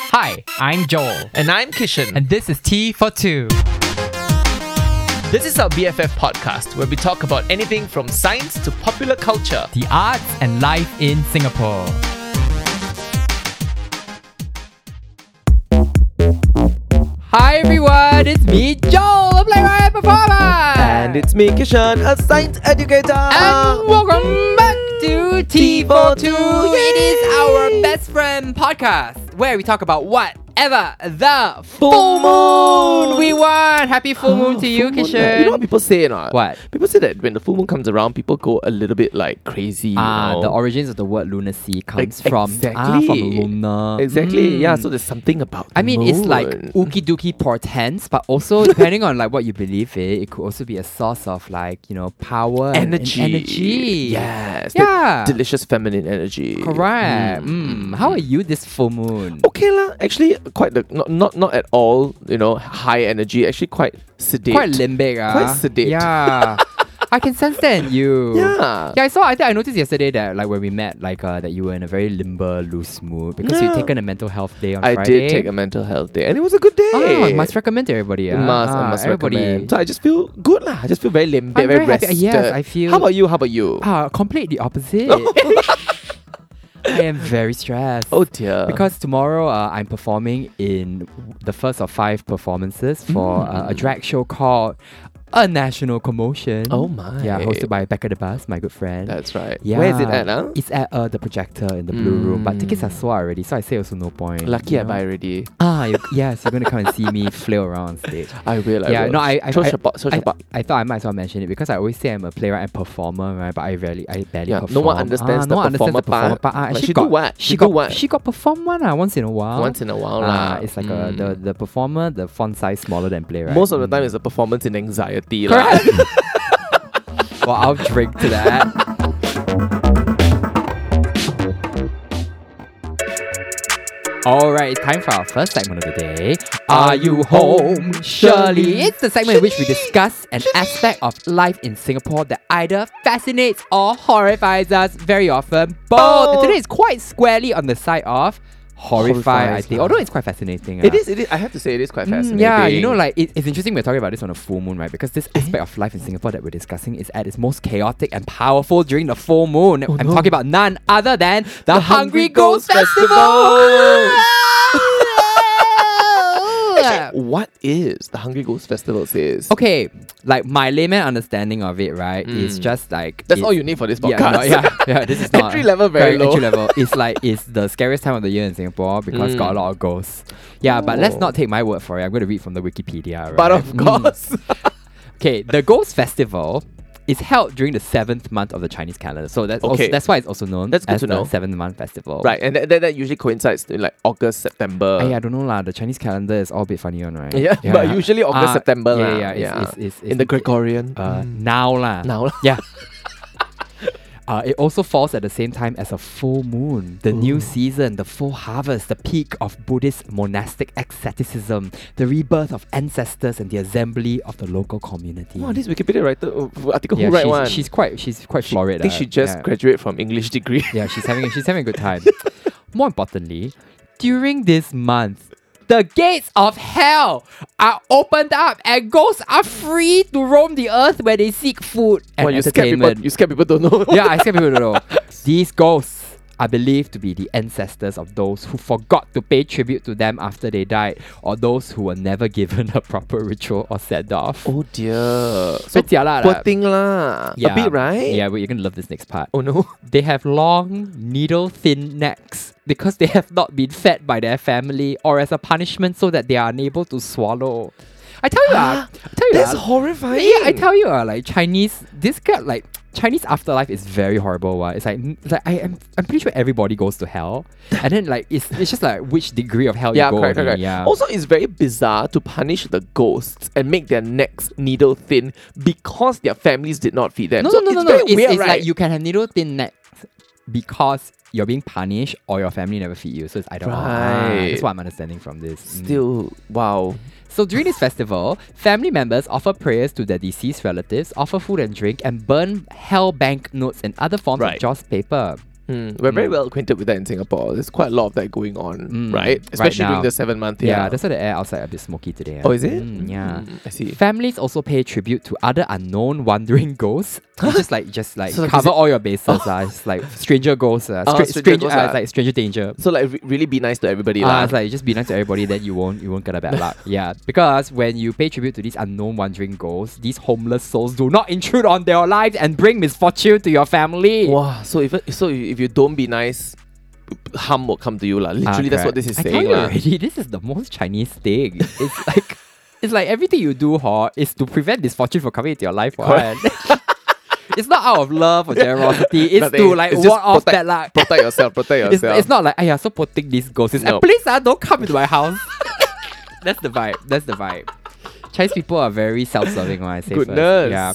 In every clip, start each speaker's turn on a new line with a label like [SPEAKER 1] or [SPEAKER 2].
[SPEAKER 1] Hi, I'm Joel,
[SPEAKER 2] And I'm Kishan.
[SPEAKER 1] and this is Tea for Two.
[SPEAKER 2] this is our BFF podcast where we talk about anything from science to popular culture.
[SPEAKER 1] The arts and life in Singapore. Hi everyone, it's me, Joel, a playwright and performer!
[SPEAKER 2] And it's me, Kishan, a science educator.
[SPEAKER 1] And welcome back to Tea for Two. It is
[SPEAKER 2] Yay!
[SPEAKER 1] our best friend podcast where we talk about whatever the full
[SPEAKER 2] Full moon.
[SPEAKER 1] moon we want. Happy full moon to you,
[SPEAKER 2] Full moon, yeah. You know
[SPEAKER 1] Kishan.
[SPEAKER 2] what people say or not?
[SPEAKER 1] What?
[SPEAKER 2] People say that when the full moon comes around, people go a little bit like crazy. you
[SPEAKER 1] Ah,
[SPEAKER 2] know?
[SPEAKER 1] the origins of the word lunacy comes
[SPEAKER 2] Ex-
[SPEAKER 1] from ah,
[SPEAKER 2] exactly.
[SPEAKER 1] from luna.
[SPEAKER 2] Exactly,
[SPEAKER 1] Mm.
[SPEAKER 2] yeah, so there's something about
[SPEAKER 1] I
[SPEAKER 2] the
[SPEAKER 1] mean, it's like
[SPEAKER 2] moon.
[SPEAKER 1] ookie dookie portents, but also depending on like what you believe in, it could also be a source of like you know power and- and
[SPEAKER 2] energy.
[SPEAKER 1] energy.
[SPEAKER 2] Yes. the
[SPEAKER 1] yeah.
[SPEAKER 2] Delicious feminine energy.
[SPEAKER 1] Correct.
[SPEAKER 2] Mm.
[SPEAKER 1] Mm. How are you this full moon?
[SPEAKER 2] okay lah. Actually, quite the not not not at all. You know, high energy. Actually, quite sedate.
[SPEAKER 1] Quite limbic, ah.
[SPEAKER 2] Quite sedate.
[SPEAKER 1] Yeah. I can sense that in you.
[SPEAKER 2] Yeah.
[SPEAKER 1] Yeah, I saw. I think I noticed yesterday that, like, when we met, like, uh, that you were in a very limber, loose mood because you've
[SPEAKER 2] Yeah.
[SPEAKER 1] taken a mental health day on
[SPEAKER 2] I
[SPEAKER 1] Friday.
[SPEAKER 2] did take a mental health day, and it was a good day.
[SPEAKER 1] Ah, must recommend to everybody. Ah.
[SPEAKER 2] Must, I
[SPEAKER 1] Ah,
[SPEAKER 2] must
[SPEAKER 1] everybody.
[SPEAKER 2] recommend. So I just feel good lah. I just feel very limp,
[SPEAKER 1] I'm very
[SPEAKER 2] very,
[SPEAKER 1] happy.
[SPEAKER 2] rested.
[SPEAKER 1] Yes, I feel-
[SPEAKER 2] How about you? How about you?
[SPEAKER 1] Ah, complete the opposite. I am very stressed.
[SPEAKER 2] oh dear.
[SPEAKER 1] Because tomorrow uh, I'm performing in the first of five performances for
[SPEAKER 2] Mm.
[SPEAKER 1] uh, a drag show called A National Commotion.
[SPEAKER 2] Oh my.
[SPEAKER 1] Yeah, hosted by Becca the Bus, my good friend.
[SPEAKER 2] That's right.
[SPEAKER 1] yeah.
[SPEAKER 2] Where is it at? Huh? Mm.
[SPEAKER 1] It's at uh, the projector in the blue room, but tickets are sold already, so I say also no point.
[SPEAKER 2] Lucky
[SPEAKER 1] you
[SPEAKER 2] I
[SPEAKER 1] know?
[SPEAKER 2] buy already.
[SPEAKER 1] Ah, you, yes, you're gonna come and see me flail around on stage.
[SPEAKER 2] I will. I
[SPEAKER 1] yeah,
[SPEAKER 2] will.
[SPEAKER 1] no, I I,
[SPEAKER 2] So
[SPEAKER 1] I,
[SPEAKER 2] shabak, so
[SPEAKER 1] I,
[SPEAKER 2] shabak.
[SPEAKER 1] I thought I might as well mention it because I always say I'm a playwright and performer, right? But I rarely, I barely
[SPEAKER 2] Yeah,
[SPEAKER 1] perform.
[SPEAKER 2] no one understands
[SPEAKER 1] ah,
[SPEAKER 2] the
[SPEAKER 1] no one understands the
[SPEAKER 2] performer
[SPEAKER 1] performer part.
[SPEAKER 2] part.
[SPEAKER 1] Ah,
[SPEAKER 2] Like,
[SPEAKER 1] she,
[SPEAKER 2] she do
[SPEAKER 1] got
[SPEAKER 2] what?
[SPEAKER 1] She,
[SPEAKER 2] She
[SPEAKER 1] got
[SPEAKER 2] do what?
[SPEAKER 1] She got perform one ah, once in a while.
[SPEAKER 2] Once in a while
[SPEAKER 1] ah,
[SPEAKER 2] lah.
[SPEAKER 1] it's like
[SPEAKER 2] Mm.
[SPEAKER 1] a, the the performer, the font size smaller than playwright.
[SPEAKER 2] Most of the
[SPEAKER 1] Mm.
[SPEAKER 2] time, it's a performance in anxiety. lah.
[SPEAKER 1] Correct. well, I'll drink to that. All right, it's time for our first segment of the day. Are you home, Shirley? It's the segment in which we discuss an aspect of life in Singapore that either fascinates or horrifies us very often. Both.
[SPEAKER 2] Both.
[SPEAKER 1] Today is quite squarely on the side of horrified, I
[SPEAKER 2] Horrifies
[SPEAKER 1] think.
[SPEAKER 2] us.
[SPEAKER 1] Although it's quite fascinating.
[SPEAKER 2] It
[SPEAKER 1] ah.
[SPEAKER 2] is. It is. I have to say, it is quite
[SPEAKER 1] Mm,
[SPEAKER 2] fascinating.
[SPEAKER 1] Yeah, you know, like it, it's interesting we're talking about this on a full moon, right? Because this
[SPEAKER 2] Mm-hmm.
[SPEAKER 1] aspect of life in Singapore that we're discussing is at its most chaotic and powerful during the full moon. I'm
[SPEAKER 2] Oh, no.
[SPEAKER 1] talking about none other than the, Hungry
[SPEAKER 2] Hungry
[SPEAKER 1] Ghost
[SPEAKER 2] Ghost
[SPEAKER 1] Festival.
[SPEAKER 2] Actually, what is the Hungry Ghost Festival? Says
[SPEAKER 1] okay, like my layman understanding of it, right, is
[SPEAKER 2] Mm.
[SPEAKER 1] just like
[SPEAKER 2] That's
[SPEAKER 1] it-
[SPEAKER 2] all you need for this
[SPEAKER 1] Yeah,
[SPEAKER 2] podcast.
[SPEAKER 1] no, yeah, yeah. This is not
[SPEAKER 2] Entry level, very low.
[SPEAKER 1] Entry level. It's like it's the scariest time of the year in Singapore because
[SPEAKER 2] Mm.
[SPEAKER 1] got a lot of ghosts. Yeah, but let's
[SPEAKER 2] Oh.
[SPEAKER 1] not take my word for it. I'm going to read from the Wikipedia. Right?
[SPEAKER 2] But of
[SPEAKER 1] Mm.
[SPEAKER 2] course,
[SPEAKER 1] Okay, the Ghost Festival is held during the seventh month of the Chinese calendar. So that's also,
[SPEAKER 2] Okay.
[SPEAKER 1] that's why it's also known
[SPEAKER 2] That's good
[SPEAKER 1] as
[SPEAKER 2] to
[SPEAKER 1] the
[SPEAKER 2] know.
[SPEAKER 1] seventh month festival.
[SPEAKER 2] right? And that, that, that usually coincides in like August, September.
[SPEAKER 1] Ay, I don't know lah. The Chinese calendar is all a bit funny on Ah, right.
[SPEAKER 2] Yeah, but usually August,
[SPEAKER 1] Ah,
[SPEAKER 2] September
[SPEAKER 1] Yeah,
[SPEAKER 2] lah,
[SPEAKER 1] yeah, it's,
[SPEAKER 2] yeah.
[SPEAKER 1] It's, it's, it's,
[SPEAKER 2] in the Gregorian.
[SPEAKER 1] uh, now lah.
[SPEAKER 2] Now lah.
[SPEAKER 1] Yeah. Uh, it also falls at the same time as a full moon, the new season, the full harvest, the peak of Buddhist monastic asceticism, the rebirth of ancestors, and the assembly of the local community.
[SPEAKER 2] wow, this Wikipedia writer uh, article
[SPEAKER 1] yeah,
[SPEAKER 2] who write
[SPEAKER 1] she's,
[SPEAKER 2] one?
[SPEAKER 1] she's quite she's quite florid.
[SPEAKER 2] I think
[SPEAKER 1] uh,
[SPEAKER 2] she just
[SPEAKER 1] yeah.
[SPEAKER 2] graduated from English degree.
[SPEAKER 1] Yeah, she's having she's having a good time. More importantly, during this month, the gates of hell are opened up and ghosts are free to roam the earth where they seek food and
[SPEAKER 2] Well, you scared people.
[SPEAKER 1] entertainment.
[SPEAKER 2] You scared people don't know.
[SPEAKER 1] yeah, I scare people to know. These ghosts are believed to be the ancestors of those who forgot to pay tribute to them after they died, or those who were never given a proper ritual or set off.
[SPEAKER 2] Oh dear.
[SPEAKER 1] So jialat
[SPEAKER 2] poor
[SPEAKER 1] lah.
[SPEAKER 2] thing lah.
[SPEAKER 1] yeah,
[SPEAKER 2] A bit right.
[SPEAKER 1] Yeah, but you're gonna love this next part.
[SPEAKER 2] Oh no.
[SPEAKER 1] They have long, needle thin necks because they have not been fed by their family or as a punishment so that they are unable to swallow. I tell you, ah, I tell you,
[SPEAKER 2] That's
[SPEAKER 1] ah,
[SPEAKER 2] horrifying.
[SPEAKER 1] yeah, I tell you, ah, like Chinese, this guy, like Chinese afterlife is very horrible. Why? It's like, it's like I am, I'm pretty sure everybody goes to hell, and then like it's, it's just like which degree of hell
[SPEAKER 2] Yeah,
[SPEAKER 1] you go.
[SPEAKER 2] correct,
[SPEAKER 1] only,
[SPEAKER 2] correct, correct.
[SPEAKER 1] Yeah.
[SPEAKER 2] Also, it's very bizarre to punish the ghosts and make their necks needle thin because their families did not feed them.
[SPEAKER 1] no,
[SPEAKER 2] so
[SPEAKER 1] no, no,
[SPEAKER 2] it's
[SPEAKER 1] no, no.
[SPEAKER 2] very
[SPEAKER 1] It's,
[SPEAKER 2] weird,
[SPEAKER 1] it's
[SPEAKER 2] right?
[SPEAKER 1] like you can have needle thin necks because you're being punished or your family never feed you. So it's either or. Ah, That's
[SPEAKER 2] Right.
[SPEAKER 1] what I'm understanding from this. Mm.
[SPEAKER 2] Still, wow.
[SPEAKER 1] So during this festival, family members offer prayers to their deceased relatives, offer food and drink, and burn hell bank notes and other forms of
[SPEAKER 2] Right.
[SPEAKER 1] Joss paper.
[SPEAKER 2] Mm, we're
[SPEAKER 1] Hmm.
[SPEAKER 2] very well acquainted with that in Singapore. There's quite a lot of that going on,
[SPEAKER 1] Mm,
[SPEAKER 2] right?
[SPEAKER 1] right
[SPEAKER 2] Especially
[SPEAKER 1] now.
[SPEAKER 2] during the seven month.
[SPEAKER 1] Yeah,
[SPEAKER 2] yeah
[SPEAKER 1] that's why the air outside a bit smoky today. ah.
[SPEAKER 2] Oh, is it?
[SPEAKER 1] Mm, yeah.
[SPEAKER 2] Mm, I see.
[SPEAKER 1] Families also pay tribute to other unknown wandering ghosts. It's just like just like
[SPEAKER 2] So, like,
[SPEAKER 1] cover
[SPEAKER 2] is it-
[SPEAKER 1] all your bases. ah. It's like stranger ghosts. Uh,
[SPEAKER 2] Oh, stranger
[SPEAKER 1] stranger,
[SPEAKER 2] ghosts,
[SPEAKER 1] ah,
[SPEAKER 2] ah.
[SPEAKER 1] it's like stranger danger.
[SPEAKER 2] So like, re- really be nice to everybody,
[SPEAKER 1] Ah,
[SPEAKER 2] lah.
[SPEAKER 1] it's like just be nice to everybody, then you won't you won't get a bad luck. Yeah, because when you pay tribute to these unknown wandering ghosts, these homeless souls do not intrude on their lives and bring misfortune to your family.
[SPEAKER 2] Wow. So if so, if you don't be nice, harm will come to you, lah.
[SPEAKER 1] Ah,
[SPEAKER 2] Literally, that's what
[SPEAKER 1] correct.
[SPEAKER 2] this is
[SPEAKER 1] I
[SPEAKER 2] saying,
[SPEAKER 1] told you
[SPEAKER 2] lah.
[SPEAKER 1] already, this is the most Chinese thing. It's like it's like everything you do, huh, is to prevent misfortune from coming into your life, huh? It's not out of love or generosity. It's to
[SPEAKER 2] Nothing.
[SPEAKER 1] like
[SPEAKER 2] It's just
[SPEAKER 1] ward off that
[SPEAKER 2] protect-
[SPEAKER 1] luck.
[SPEAKER 2] Protect yourself. Protect
[SPEAKER 1] It's,
[SPEAKER 2] yourself.
[SPEAKER 1] it's not like I am so protect these ghosts. It's
[SPEAKER 2] No.
[SPEAKER 1] like, please ah, don't come into my house. That's the vibe. That's the vibe. Chinese people are very self-serving. When I say first.
[SPEAKER 2] Goodness.
[SPEAKER 1] yeah.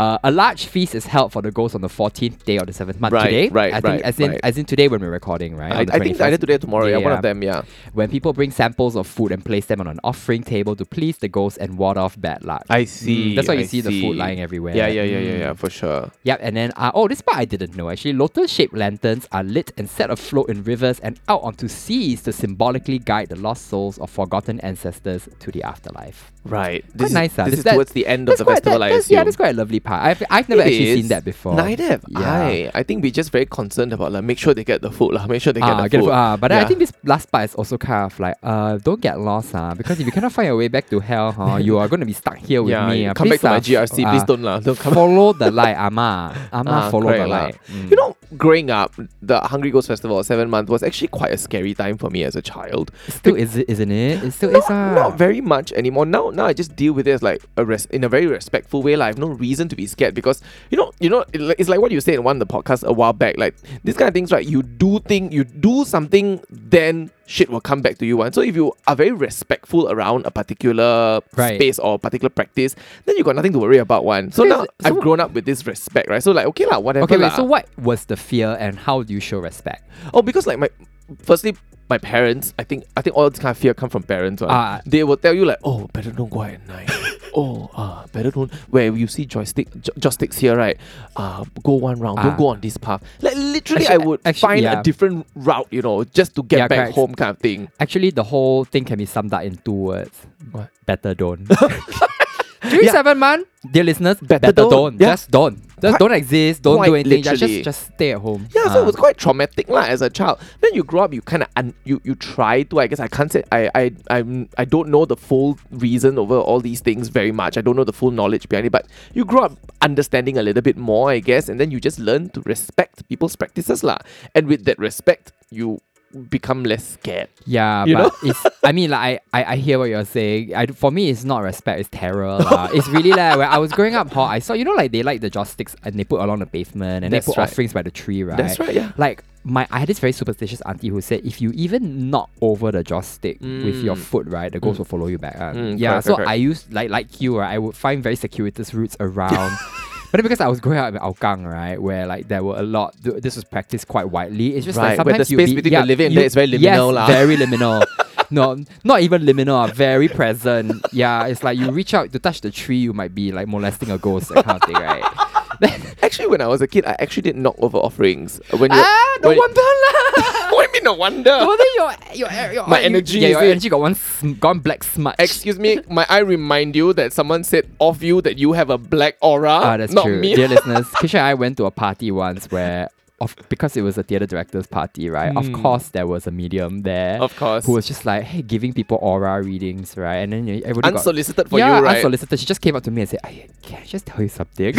[SPEAKER 1] Uh, a large feast is held for the ghosts on the 14th day of the seventh month
[SPEAKER 2] Right,
[SPEAKER 1] today.
[SPEAKER 2] right,
[SPEAKER 1] I think,
[SPEAKER 2] right,
[SPEAKER 1] as in,
[SPEAKER 2] right.
[SPEAKER 1] as in today when we're recording, right?
[SPEAKER 2] I,
[SPEAKER 1] On the
[SPEAKER 2] I think
[SPEAKER 1] 21st
[SPEAKER 2] either today or tomorrow. Yeah, one
[SPEAKER 1] Yeah.
[SPEAKER 2] of them. Yeah.
[SPEAKER 1] when people bring samples of food and place them on an offering table to please the ghosts and ward off bad luck.
[SPEAKER 2] I see.
[SPEAKER 1] Mm. that's why you
[SPEAKER 2] I
[SPEAKER 1] see the food lying everywhere.
[SPEAKER 2] Yeah, yeah, yeah,
[SPEAKER 1] Mm.
[SPEAKER 2] yeah, yeah, for sure.
[SPEAKER 1] Yep, and then, uh, oh, this part I didn't know actually. Lotus shaped lanterns are lit and set afloat in rivers and out onto seas to symbolically guide the lost souls of forgotten ancestors to the afterlife.
[SPEAKER 2] Right.
[SPEAKER 1] Quite
[SPEAKER 2] This
[SPEAKER 1] nice,
[SPEAKER 2] is,
[SPEAKER 1] ah.
[SPEAKER 2] this
[SPEAKER 1] Is
[SPEAKER 2] is
[SPEAKER 1] that-
[SPEAKER 2] towards the end of
[SPEAKER 1] That's
[SPEAKER 2] the
[SPEAKER 1] quite,
[SPEAKER 2] festival,
[SPEAKER 1] that-
[SPEAKER 2] I
[SPEAKER 1] that's, yeah,
[SPEAKER 2] assume.
[SPEAKER 1] that's quite a lovely part. I've, I've never
[SPEAKER 2] It
[SPEAKER 1] actually
[SPEAKER 2] is.
[SPEAKER 1] seen that before.
[SPEAKER 2] Neither have
[SPEAKER 1] Yeah.
[SPEAKER 2] I. I think we're just very concerned about like make sure they get the food, lah. Make sure they get
[SPEAKER 1] Ah,
[SPEAKER 2] the
[SPEAKER 1] get the
[SPEAKER 2] food.
[SPEAKER 1] food. Ah, but then I
[SPEAKER 2] Yeah.
[SPEAKER 1] think this last part is also kind of like, uh, don't get lost, ah, because if you cannot find your way back to hell, huh, you are going to be stuck here with
[SPEAKER 2] yeah,
[SPEAKER 1] me.
[SPEAKER 2] you
[SPEAKER 1] ah.
[SPEAKER 2] come back
[SPEAKER 1] Please,
[SPEAKER 2] to my
[SPEAKER 1] ah,
[SPEAKER 2] GRC,
[SPEAKER 1] ah,
[SPEAKER 2] please don't lah. Don't come.
[SPEAKER 1] follow the light, Ama. Ama,
[SPEAKER 2] Ah,
[SPEAKER 1] follow the
[SPEAKER 2] correct lah.
[SPEAKER 1] light. Mm.
[SPEAKER 2] You know, growing up, the Hungry Ghost Festival, seven month, was actually quite a scary time for me as a child.
[SPEAKER 1] It still is, isn't it? It still
[SPEAKER 2] Not,
[SPEAKER 1] is. ah.
[SPEAKER 2] not very much anymore. Now, now I just deal with it as like a res- in a very respectful way. Like, I have no reason to be scared because you know, you know, it li- it's like what you said in one of the podcasts a while back. Like these kind of things, right? You do thing, you do something, then shit will come back to you. And so, if you are very respectful around a particular
[SPEAKER 1] Right.
[SPEAKER 2] space or particular practice, then you got nothing to worry about. One. So
[SPEAKER 1] Okay,
[SPEAKER 2] now
[SPEAKER 1] so-
[SPEAKER 2] I've
[SPEAKER 1] so-
[SPEAKER 2] grown up with this respect, right? So like, okay lah, whatever.
[SPEAKER 1] Okay, wait,
[SPEAKER 2] lah.
[SPEAKER 1] so what was the fear and how do you show respect?
[SPEAKER 2] Oh, because like my firstly, my parents. I think I think all this kind of fear come from parents. one.
[SPEAKER 1] Ah.
[SPEAKER 2] They will tell you like, oh, better don't go out at night. oh, uh, better don't. Where you see joystick jo- joysticks here, right? Uh, go one round.
[SPEAKER 1] Ah.
[SPEAKER 2] Don't go on this path. Like literally,
[SPEAKER 1] Actually,
[SPEAKER 2] I would
[SPEAKER 1] a- actually,
[SPEAKER 2] find
[SPEAKER 1] yeah.
[SPEAKER 2] a different route, you know, just to get
[SPEAKER 1] Yeah,
[SPEAKER 2] back
[SPEAKER 1] correct.
[SPEAKER 2] home, kind of thing.
[SPEAKER 1] Actually, the whole thing can be summed up in two words.
[SPEAKER 2] What?
[SPEAKER 1] Better don't. Three
[SPEAKER 2] Yeah.
[SPEAKER 1] seven month, dear listeners. Better,
[SPEAKER 2] don't.
[SPEAKER 1] don't.
[SPEAKER 2] Yeah.
[SPEAKER 1] Just don't. Just
[SPEAKER 2] Quite-
[SPEAKER 1] don't exist. Don't do
[SPEAKER 2] quite
[SPEAKER 1] anything. Yeah,
[SPEAKER 2] literally.
[SPEAKER 1] Just just stay at home.
[SPEAKER 2] Yeah,
[SPEAKER 1] Ah.
[SPEAKER 2] so it was quite traumatic lah as a child. Then you grow up, you kind of un- you you try to. I guess I can't say I I I'm I don't know the full reason over all these things very much. I don't know the full knowledge behind it, but you grow up understanding a little bit more, I guess, and then you just learn to respect people's practices lah. And with that respect, you become less scared.
[SPEAKER 1] Yeah,
[SPEAKER 2] You
[SPEAKER 1] but it's. I mean, like I, I, I hear what you're saying. I, for me, it's not respect; it's terror. lah. it's really like when I was growing up, how I saw you know like they like the joss sticks and they put along the pavement and
[SPEAKER 2] That's
[SPEAKER 1] they put
[SPEAKER 2] right.
[SPEAKER 1] offerings by the tree, right?
[SPEAKER 2] That's right, yeah.
[SPEAKER 1] Like my, I had this very superstitious auntie who said if you even knock over the joss stick with your
[SPEAKER 2] Mm.
[SPEAKER 1] foot, right, the ghost will follow you back. ah.
[SPEAKER 2] Mm,
[SPEAKER 1] yeah,
[SPEAKER 2] correct,
[SPEAKER 1] so
[SPEAKER 2] correct,
[SPEAKER 1] I used like like you, right, I would find very circuitous routes around. But then because I was growing up in Aokang, right, where like there were a lot, th- this was practiced quite widely. It's just
[SPEAKER 2] Right,
[SPEAKER 1] like
[SPEAKER 2] where
[SPEAKER 1] sometimes
[SPEAKER 2] the
[SPEAKER 1] you'll
[SPEAKER 2] space
[SPEAKER 1] be-
[SPEAKER 2] between the living and
[SPEAKER 1] you-
[SPEAKER 2] dead is very liminal
[SPEAKER 1] yes,
[SPEAKER 2] lah.
[SPEAKER 1] very liminal. no, not even liminal. ah, Very present. Yeah, it's like you reach out to touch the tree, you might be like molesting a ghost, that kind of thing, right?
[SPEAKER 2] Actually, when I was a kid, I actually did knock over offerings. When you
[SPEAKER 1] ah, no
[SPEAKER 2] when-
[SPEAKER 1] wonder lah.
[SPEAKER 2] what do you mean? No wonder.
[SPEAKER 1] No wonder your your your
[SPEAKER 2] My
[SPEAKER 1] you-
[SPEAKER 2] energy
[SPEAKER 1] Yeah,
[SPEAKER 2] is
[SPEAKER 1] your
[SPEAKER 2] it.
[SPEAKER 1] energy got one sm- gone black smudge.
[SPEAKER 2] Excuse me, my I remind you that someone said of you that you have a black aura.
[SPEAKER 1] Ah, that's
[SPEAKER 2] uh, not
[SPEAKER 1] true.
[SPEAKER 2] Me.
[SPEAKER 1] Dear listeners, Kisha and I went to a party once where, of because it was a theater director's party, right? Of course, there was a medium there.
[SPEAKER 2] Hmm. Of course.
[SPEAKER 1] Who was just like, hey, giving people aura readings, right? And then you- everybody got.
[SPEAKER 2] Unsolicited for
[SPEAKER 1] yeah,
[SPEAKER 2] you, right?
[SPEAKER 1] unsolicited. She just came up to me and said, I, can I just tell you something?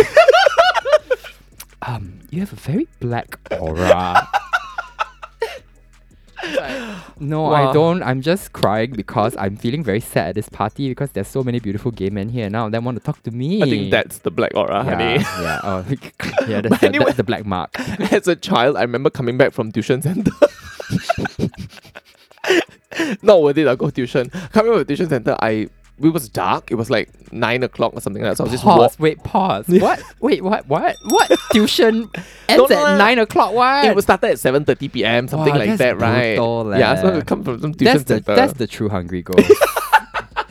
[SPEAKER 1] um, you have a very black aura. No,
[SPEAKER 2] Wow.
[SPEAKER 1] I don't. I'm just crying because I'm feeling very sad at this party because there's so many beautiful gay men here now. They want to talk to me.
[SPEAKER 2] I think that's the black aura,
[SPEAKER 1] Yeah,
[SPEAKER 2] honey.
[SPEAKER 1] yeah, oh, yeah. That's,
[SPEAKER 2] But
[SPEAKER 1] the,
[SPEAKER 2] anyway-
[SPEAKER 1] that's the black mark.
[SPEAKER 2] As a child, I remember coming back from tuition center. Not worth it, I go tuition. Coming back from tuition center, I it was dark. It was like nine o'clock or something like that. So I was just walking.
[SPEAKER 1] Pause. Wait, pause. What? Wait, what? What? What? Tuition ends
[SPEAKER 2] No, no,
[SPEAKER 1] at
[SPEAKER 2] no.
[SPEAKER 1] nine o'clock. What?
[SPEAKER 2] It was started at seven thirty p.m. something
[SPEAKER 1] Wow,
[SPEAKER 2] like
[SPEAKER 1] that's
[SPEAKER 2] that, right?
[SPEAKER 1] brutal
[SPEAKER 2] Yeah, so I
[SPEAKER 1] leh.
[SPEAKER 2] come from some tuition
[SPEAKER 1] that's the
[SPEAKER 2] center.
[SPEAKER 1] that's the true hungry ghost.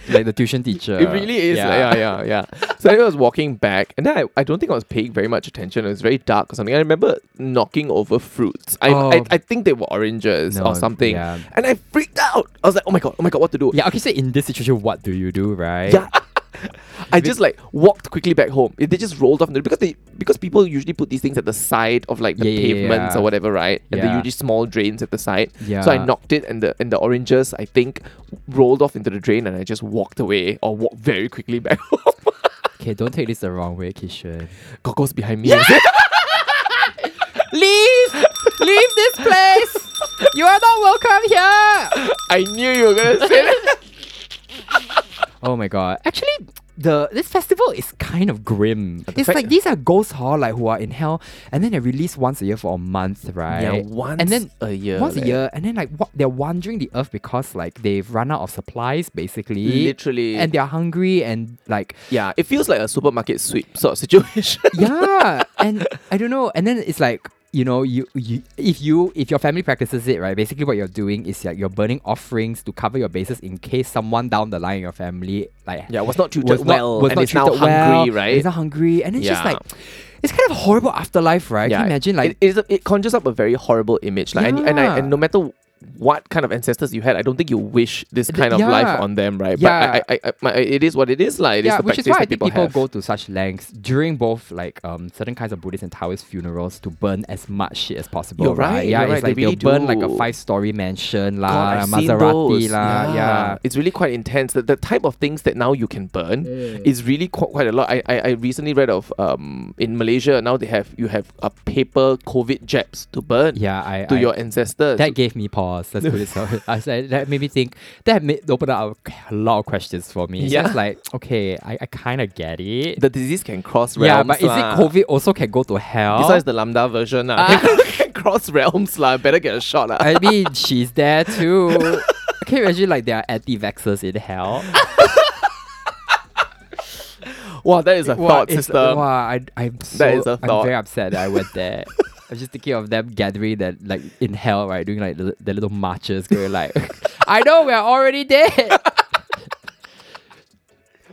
[SPEAKER 1] like the tuition teacher.
[SPEAKER 2] It really is. like, Yeah, yeah, yeah. so anyway, I was walking back, and then I, I don't think I was paying very much attention. It was very dark or something. I remember knocking over fruits. I
[SPEAKER 1] Oh.
[SPEAKER 2] I, I think they were oranges
[SPEAKER 1] No,
[SPEAKER 2] or something.
[SPEAKER 1] yeah.
[SPEAKER 2] And I freaked out. I was like, oh my god, oh my god, what to do?
[SPEAKER 1] Yeah, okay, so in this situation, what do you do, right?
[SPEAKER 2] Yeah. I just like walked quickly back home. It, they just rolled off the, because they because people usually put these things at the side of like the
[SPEAKER 1] Yeah, yeah,
[SPEAKER 2] pavements
[SPEAKER 1] yeah.
[SPEAKER 2] or whatever, right? And
[SPEAKER 1] Yeah.
[SPEAKER 2] they're usually small drains at the side. So I
[SPEAKER 1] Yeah.
[SPEAKER 2] knocked it and the and the oranges I think rolled off into the drain and I just walked away or walked very quickly back home.
[SPEAKER 1] Okay, don't take this the wrong way, Kishan.
[SPEAKER 2] Gogo's behind me.
[SPEAKER 1] Leave! Leave this place! You are not welcome here!
[SPEAKER 2] I knew you were gonna say that.
[SPEAKER 1] Oh my god. Actually, the this festival is kind of grim. It's
[SPEAKER 2] fact-
[SPEAKER 1] like these are ghosts hall like who are in hell and then they're released once a year for a month, right? and then
[SPEAKER 2] a year.
[SPEAKER 1] once a
[SPEAKER 2] man.
[SPEAKER 1] year and then like what they're wandering the earth because like they've run out of supplies basically.
[SPEAKER 2] Literally.
[SPEAKER 1] And they're hungry and like
[SPEAKER 2] Yeah, it feels like a supermarket sweep sort of situation.
[SPEAKER 1] yeah and i don't know and then it's like you know you, you if you if your family practices it right basically what you're doing is like you're burning offerings to cover your bases in case someone down the line in your family like
[SPEAKER 2] yeah, was not treated
[SPEAKER 1] was not,
[SPEAKER 2] well
[SPEAKER 1] was
[SPEAKER 2] and
[SPEAKER 1] not
[SPEAKER 2] it's now
[SPEAKER 1] treated well,
[SPEAKER 2] hungry, right?
[SPEAKER 1] it's not hungry and it's just
[SPEAKER 2] Yeah.
[SPEAKER 1] like it's kind of horrible afterlife right can you imagine like
[SPEAKER 2] it, it, is a- it conjures up a very horrible image, like, and, and, I, and no matter what kind of ancestors you had, I don't think you wish this kind of life
[SPEAKER 1] yeah.
[SPEAKER 2] on them, right?
[SPEAKER 1] Yeah.
[SPEAKER 2] But I, I, I, my, it is what it is, like. It is
[SPEAKER 1] yeah,
[SPEAKER 2] the
[SPEAKER 1] which
[SPEAKER 2] practice
[SPEAKER 1] is why I
[SPEAKER 2] that
[SPEAKER 1] think people,
[SPEAKER 2] have.
[SPEAKER 1] go to such lengths during both like um certain kinds of Buddhist and Taoist funerals to burn as much shit as possible.
[SPEAKER 2] You're right,
[SPEAKER 1] Yeah,
[SPEAKER 2] you're
[SPEAKER 1] it's
[SPEAKER 2] right, they
[SPEAKER 1] like
[SPEAKER 2] really
[SPEAKER 1] will burn like
[SPEAKER 2] do.
[SPEAKER 1] a five story mansion
[SPEAKER 2] God,
[SPEAKER 1] la,
[SPEAKER 2] I've seen
[SPEAKER 1] uh, Maserati
[SPEAKER 2] those.
[SPEAKER 1] la. Yeah.
[SPEAKER 2] It's really quite intense. The, the type of things that now you can burn is really qu- quite a lot. I, I, I recently read of um in Malaysia now they have you have a paper COVID jabs to burn
[SPEAKER 1] Yeah, I
[SPEAKER 2] to
[SPEAKER 1] I-
[SPEAKER 2] your ancestors.
[SPEAKER 1] that gave me pause. Let's put it so. I said that made me think. That made, opened up a lot of questions for me. It's
[SPEAKER 2] Yeah.
[SPEAKER 1] just like okay, I, I kind of get it.
[SPEAKER 2] the disease can cross realms.
[SPEAKER 1] yeah, but is it
[SPEAKER 2] lah.
[SPEAKER 1] COVID also can go to hell?
[SPEAKER 2] Besides the lambda version, lah.
[SPEAKER 1] Ah.
[SPEAKER 2] can cross realms, lah. Better get a shot, lah.
[SPEAKER 1] I mean, she's there too. Can you imagine like there are anti-vaxxers in hell?
[SPEAKER 2] Wow, that is a
[SPEAKER 1] Wow,
[SPEAKER 2] thought
[SPEAKER 1] it's-
[SPEAKER 2] system.
[SPEAKER 1] Wow, I, I'm so
[SPEAKER 2] That is a
[SPEAKER 1] I'm
[SPEAKER 2] thought.
[SPEAKER 1] very upset that I went there. I'm just thinking of them gathering that like in hell, right? Doing like the, the little marches, going like, I know we're already dead, but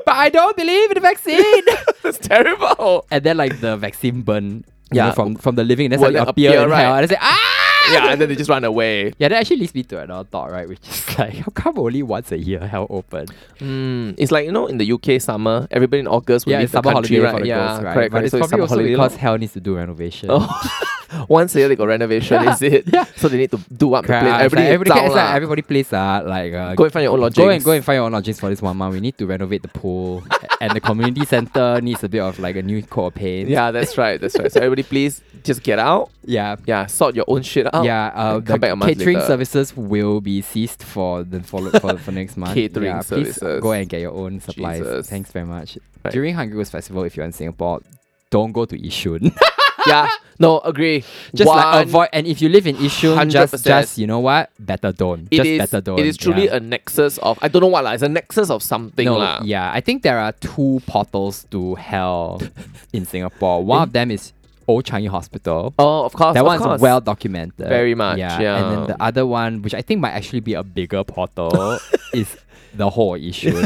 [SPEAKER 1] I don't believe in the vaccine.
[SPEAKER 2] That's terrible.
[SPEAKER 1] and then like the vaccine burn, yeah,
[SPEAKER 2] Yeah.
[SPEAKER 1] from from the living, and then
[SPEAKER 2] Will
[SPEAKER 1] suddenly
[SPEAKER 2] it
[SPEAKER 1] appear,
[SPEAKER 2] appear,
[SPEAKER 1] in
[SPEAKER 2] right?
[SPEAKER 1] hell, and I say, ah,
[SPEAKER 2] Yeah, and then they just run away.
[SPEAKER 1] yeah. That actually leads me to another thought, right? Which is like, how come only once a year hell open?
[SPEAKER 2] Mm, it's like you know, in the UK summer, everybody in August
[SPEAKER 1] Hmm.
[SPEAKER 2] will
[SPEAKER 1] yeah,
[SPEAKER 2] leave
[SPEAKER 1] it's
[SPEAKER 2] the
[SPEAKER 1] summer
[SPEAKER 2] country,
[SPEAKER 1] holiday
[SPEAKER 2] right?
[SPEAKER 1] for the
[SPEAKER 2] yeah,
[SPEAKER 1] girls, right?
[SPEAKER 2] correct.
[SPEAKER 1] but
[SPEAKER 2] correct.
[SPEAKER 1] it's
[SPEAKER 2] so
[SPEAKER 1] probably
[SPEAKER 2] summer
[SPEAKER 1] also
[SPEAKER 2] holiday
[SPEAKER 1] because
[SPEAKER 2] lor.
[SPEAKER 1] hell needs to do renovation.
[SPEAKER 2] Oh, once a year they got renovation,
[SPEAKER 1] Yeah,
[SPEAKER 2] is it?
[SPEAKER 1] yeah.
[SPEAKER 2] So they need to do up the
[SPEAKER 1] Crap,
[SPEAKER 2] place.
[SPEAKER 1] it's
[SPEAKER 2] Everybody,
[SPEAKER 1] like, ah, everybody,
[SPEAKER 2] zao
[SPEAKER 1] it's like
[SPEAKER 2] lah.
[SPEAKER 1] everybody plays uh, like uh,
[SPEAKER 2] Go and find your own lodgings.
[SPEAKER 1] go and go and find your own lodgings for this one month. We need to renovate the pool, and the community center needs a bit of like a new coat of paint.
[SPEAKER 2] Yeah, that's right. That's right. So everybody, please just get out.
[SPEAKER 1] yeah.
[SPEAKER 2] Yeah, sort your own shit out.
[SPEAKER 1] yeah, uh,
[SPEAKER 2] and Oh, come
[SPEAKER 1] the
[SPEAKER 2] back a month
[SPEAKER 1] catering
[SPEAKER 2] later.
[SPEAKER 1] services will be ceased for the follow for, for next month.
[SPEAKER 2] Catering
[SPEAKER 1] yeah, please
[SPEAKER 2] services.
[SPEAKER 1] Go and get your own supplies.
[SPEAKER 2] Jesus.
[SPEAKER 1] Thanks very much.
[SPEAKER 2] Right.
[SPEAKER 1] During Hungry Ghost Festival, if you're in Singapore, don't go to Yishun.
[SPEAKER 2] yeah. No, agree.
[SPEAKER 1] just
[SPEAKER 2] One-
[SPEAKER 1] like avoid and if you live in Yishun, just
[SPEAKER 2] 100%.
[SPEAKER 1] just you know what? Better don't.
[SPEAKER 2] It
[SPEAKER 1] just
[SPEAKER 2] is-
[SPEAKER 1] better don't.
[SPEAKER 2] It is truly
[SPEAKER 1] yeah.
[SPEAKER 2] a nexus of I don't know what lah. It's a nexus of something
[SPEAKER 1] no,
[SPEAKER 2] lah.
[SPEAKER 1] yeah. I think there are two portals to hell in Singapore. One of them is Old Changi Hospital.
[SPEAKER 2] Oh, of course.
[SPEAKER 1] that
[SPEAKER 2] of
[SPEAKER 1] one's
[SPEAKER 2] course.
[SPEAKER 1] well documented.
[SPEAKER 2] Very much,
[SPEAKER 1] And then
[SPEAKER 2] yeah.
[SPEAKER 1] the other one, which I think might actually be a bigger portal, is the whole issue.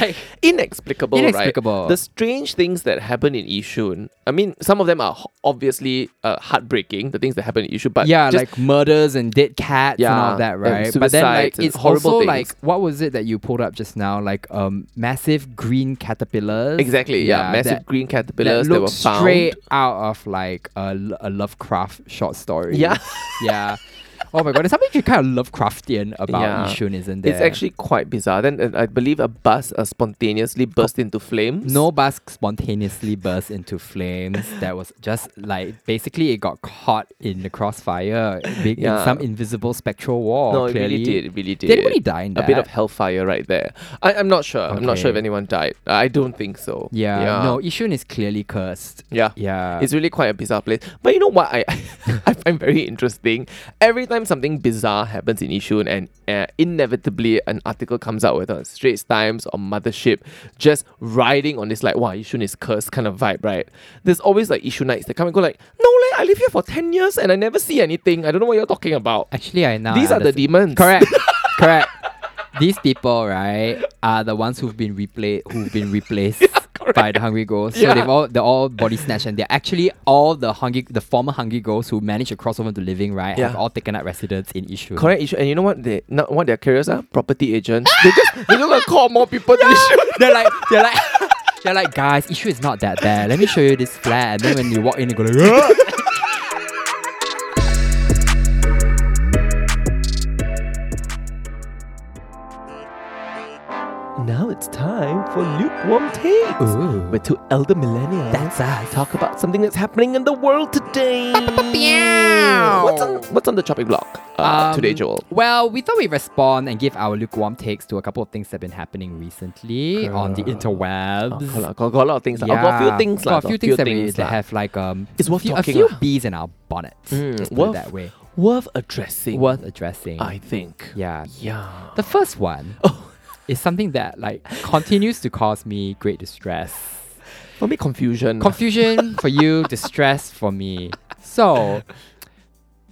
[SPEAKER 1] like
[SPEAKER 2] inexplicable, right?
[SPEAKER 1] Inexplicable.
[SPEAKER 2] The strange things that happen in Yishun. I mean, some of them are ho- obviously uh, heartbreaking. The things that happen in Yishun, but
[SPEAKER 1] yeah,
[SPEAKER 2] just-
[SPEAKER 1] like murders and dead cats and all
[SPEAKER 2] Yeah,
[SPEAKER 1] that,
[SPEAKER 2] and
[SPEAKER 1] right? but then like
[SPEAKER 2] suicides and
[SPEAKER 1] it's
[SPEAKER 2] horrible
[SPEAKER 1] also
[SPEAKER 2] things.
[SPEAKER 1] like what was it that you pulled up just now? Like um massive green caterpillars.
[SPEAKER 2] exactly, yeah, massive
[SPEAKER 1] that-
[SPEAKER 2] green
[SPEAKER 1] that
[SPEAKER 2] caterpillars that,
[SPEAKER 1] look
[SPEAKER 2] were found.
[SPEAKER 1] straight out of like a, L- a Lovecraft short story.
[SPEAKER 2] Yeah.
[SPEAKER 1] yeah. Oh my god, there's something kind of Lovecraftian about
[SPEAKER 2] Yeah.
[SPEAKER 1] Yishun, isn't there?
[SPEAKER 2] It's actually quite bizarre. Then uh, I believe a bus uh, spontaneously burst into flames.
[SPEAKER 1] No bus spontaneously burst into flames. That was just like basically it got caught in the crossfire be- in
[SPEAKER 2] Yeah.
[SPEAKER 1] some invisible spectral wall.
[SPEAKER 2] no, it
[SPEAKER 1] clearly.
[SPEAKER 2] really did. It really did.
[SPEAKER 1] Did anybody die in
[SPEAKER 2] a bit of
[SPEAKER 1] that?
[SPEAKER 2] hellfire right there. I, I'm not sure. I'm not sure if
[SPEAKER 1] Okay.
[SPEAKER 2] anyone died. I don't think so.
[SPEAKER 1] Yeah, no, Yishun is clearly cursed.
[SPEAKER 2] Yeah.
[SPEAKER 1] Yeah.
[SPEAKER 2] Uh, It's really quite a bizarre place. But you know what I I find very interesting? Every time something bizarre happens in Yishun and uh, inevitably an article comes out, whether it's Straits Times or Mothership, just riding on this like, wow, Yishun is cursed kind of vibe, right? There's always like Yishunites that come and go like, no, leh, I live here for 10 years and I never see anything. I don't know what you're talking about.
[SPEAKER 1] Actually, I now
[SPEAKER 2] These are the
[SPEAKER 1] understand-
[SPEAKER 2] demons.
[SPEAKER 1] Correct. Correct. these people, right, are the ones who've been replayed, who've been replaced by the Hungry Ghosts. So
[SPEAKER 2] Yeah.
[SPEAKER 1] they've all they're all body snatched, and they're actually all the hungry, the former Hungry Ghosts who managed to cross over to living, right, have
[SPEAKER 2] Yeah.
[SPEAKER 1] all taken up residence in Yishun.
[SPEAKER 2] Correct issue, and you know what they not what their careers are? Property agents. they just they just gonna call more people to issue.
[SPEAKER 1] They're like they're like they're like guys. Issue is not that bad. Let me show you this flat, and then when you walk in, you go like. "Ah!"
[SPEAKER 2] Now it's time for lukewarm takes.
[SPEAKER 1] Ooh.
[SPEAKER 2] We're two elder millennials.
[SPEAKER 1] That's us.
[SPEAKER 2] Talk about something that's happening in the world today. What's on What's on the chopping block uh,
[SPEAKER 1] Um,
[SPEAKER 2] today, Joel?
[SPEAKER 1] Well, we thought we'd respond and give our lukewarm takes to a couple of things that have been happening recently on the
[SPEAKER 2] Correct. Oh,
[SPEAKER 1] interwebs.
[SPEAKER 2] Got, a lot- got, got a lot of things. lah. Got a few things. lah,
[SPEAKER 1] Got a few things that, we, that
[SPEAKER 2] lah.
[SPEAKER 1] have like um,
[SPEAKER 2] It's worth
[SPEAKER 1] few, a
[SPEAKER 2] talking
[SPEAKER 1] few
[SPEAKER 2] lah.
[SPEAKER 1] bees in our bonnet.
[SPEAKER 2] Mm,
[SPEAKER 1] Just put it
[SPEAKER 2] worth-
[SPEAKER 1] that way.
[SPEAKER 2] worth addressing.
[SPEAKER 1] Worth addressing.
[SPEAKER 2] I think.
[SPEAKER 1] yeah.
[SPEAKER 2] Yeah.
[SPEAKER 1] The first one
[SPEAKER 2] Oh,
[SPEAKER 1] is something that like continues to cause me great distress.
[SPEAKER 2] for me, confusion.
[SPEAKER 1] Confusion for you, distress for me. So,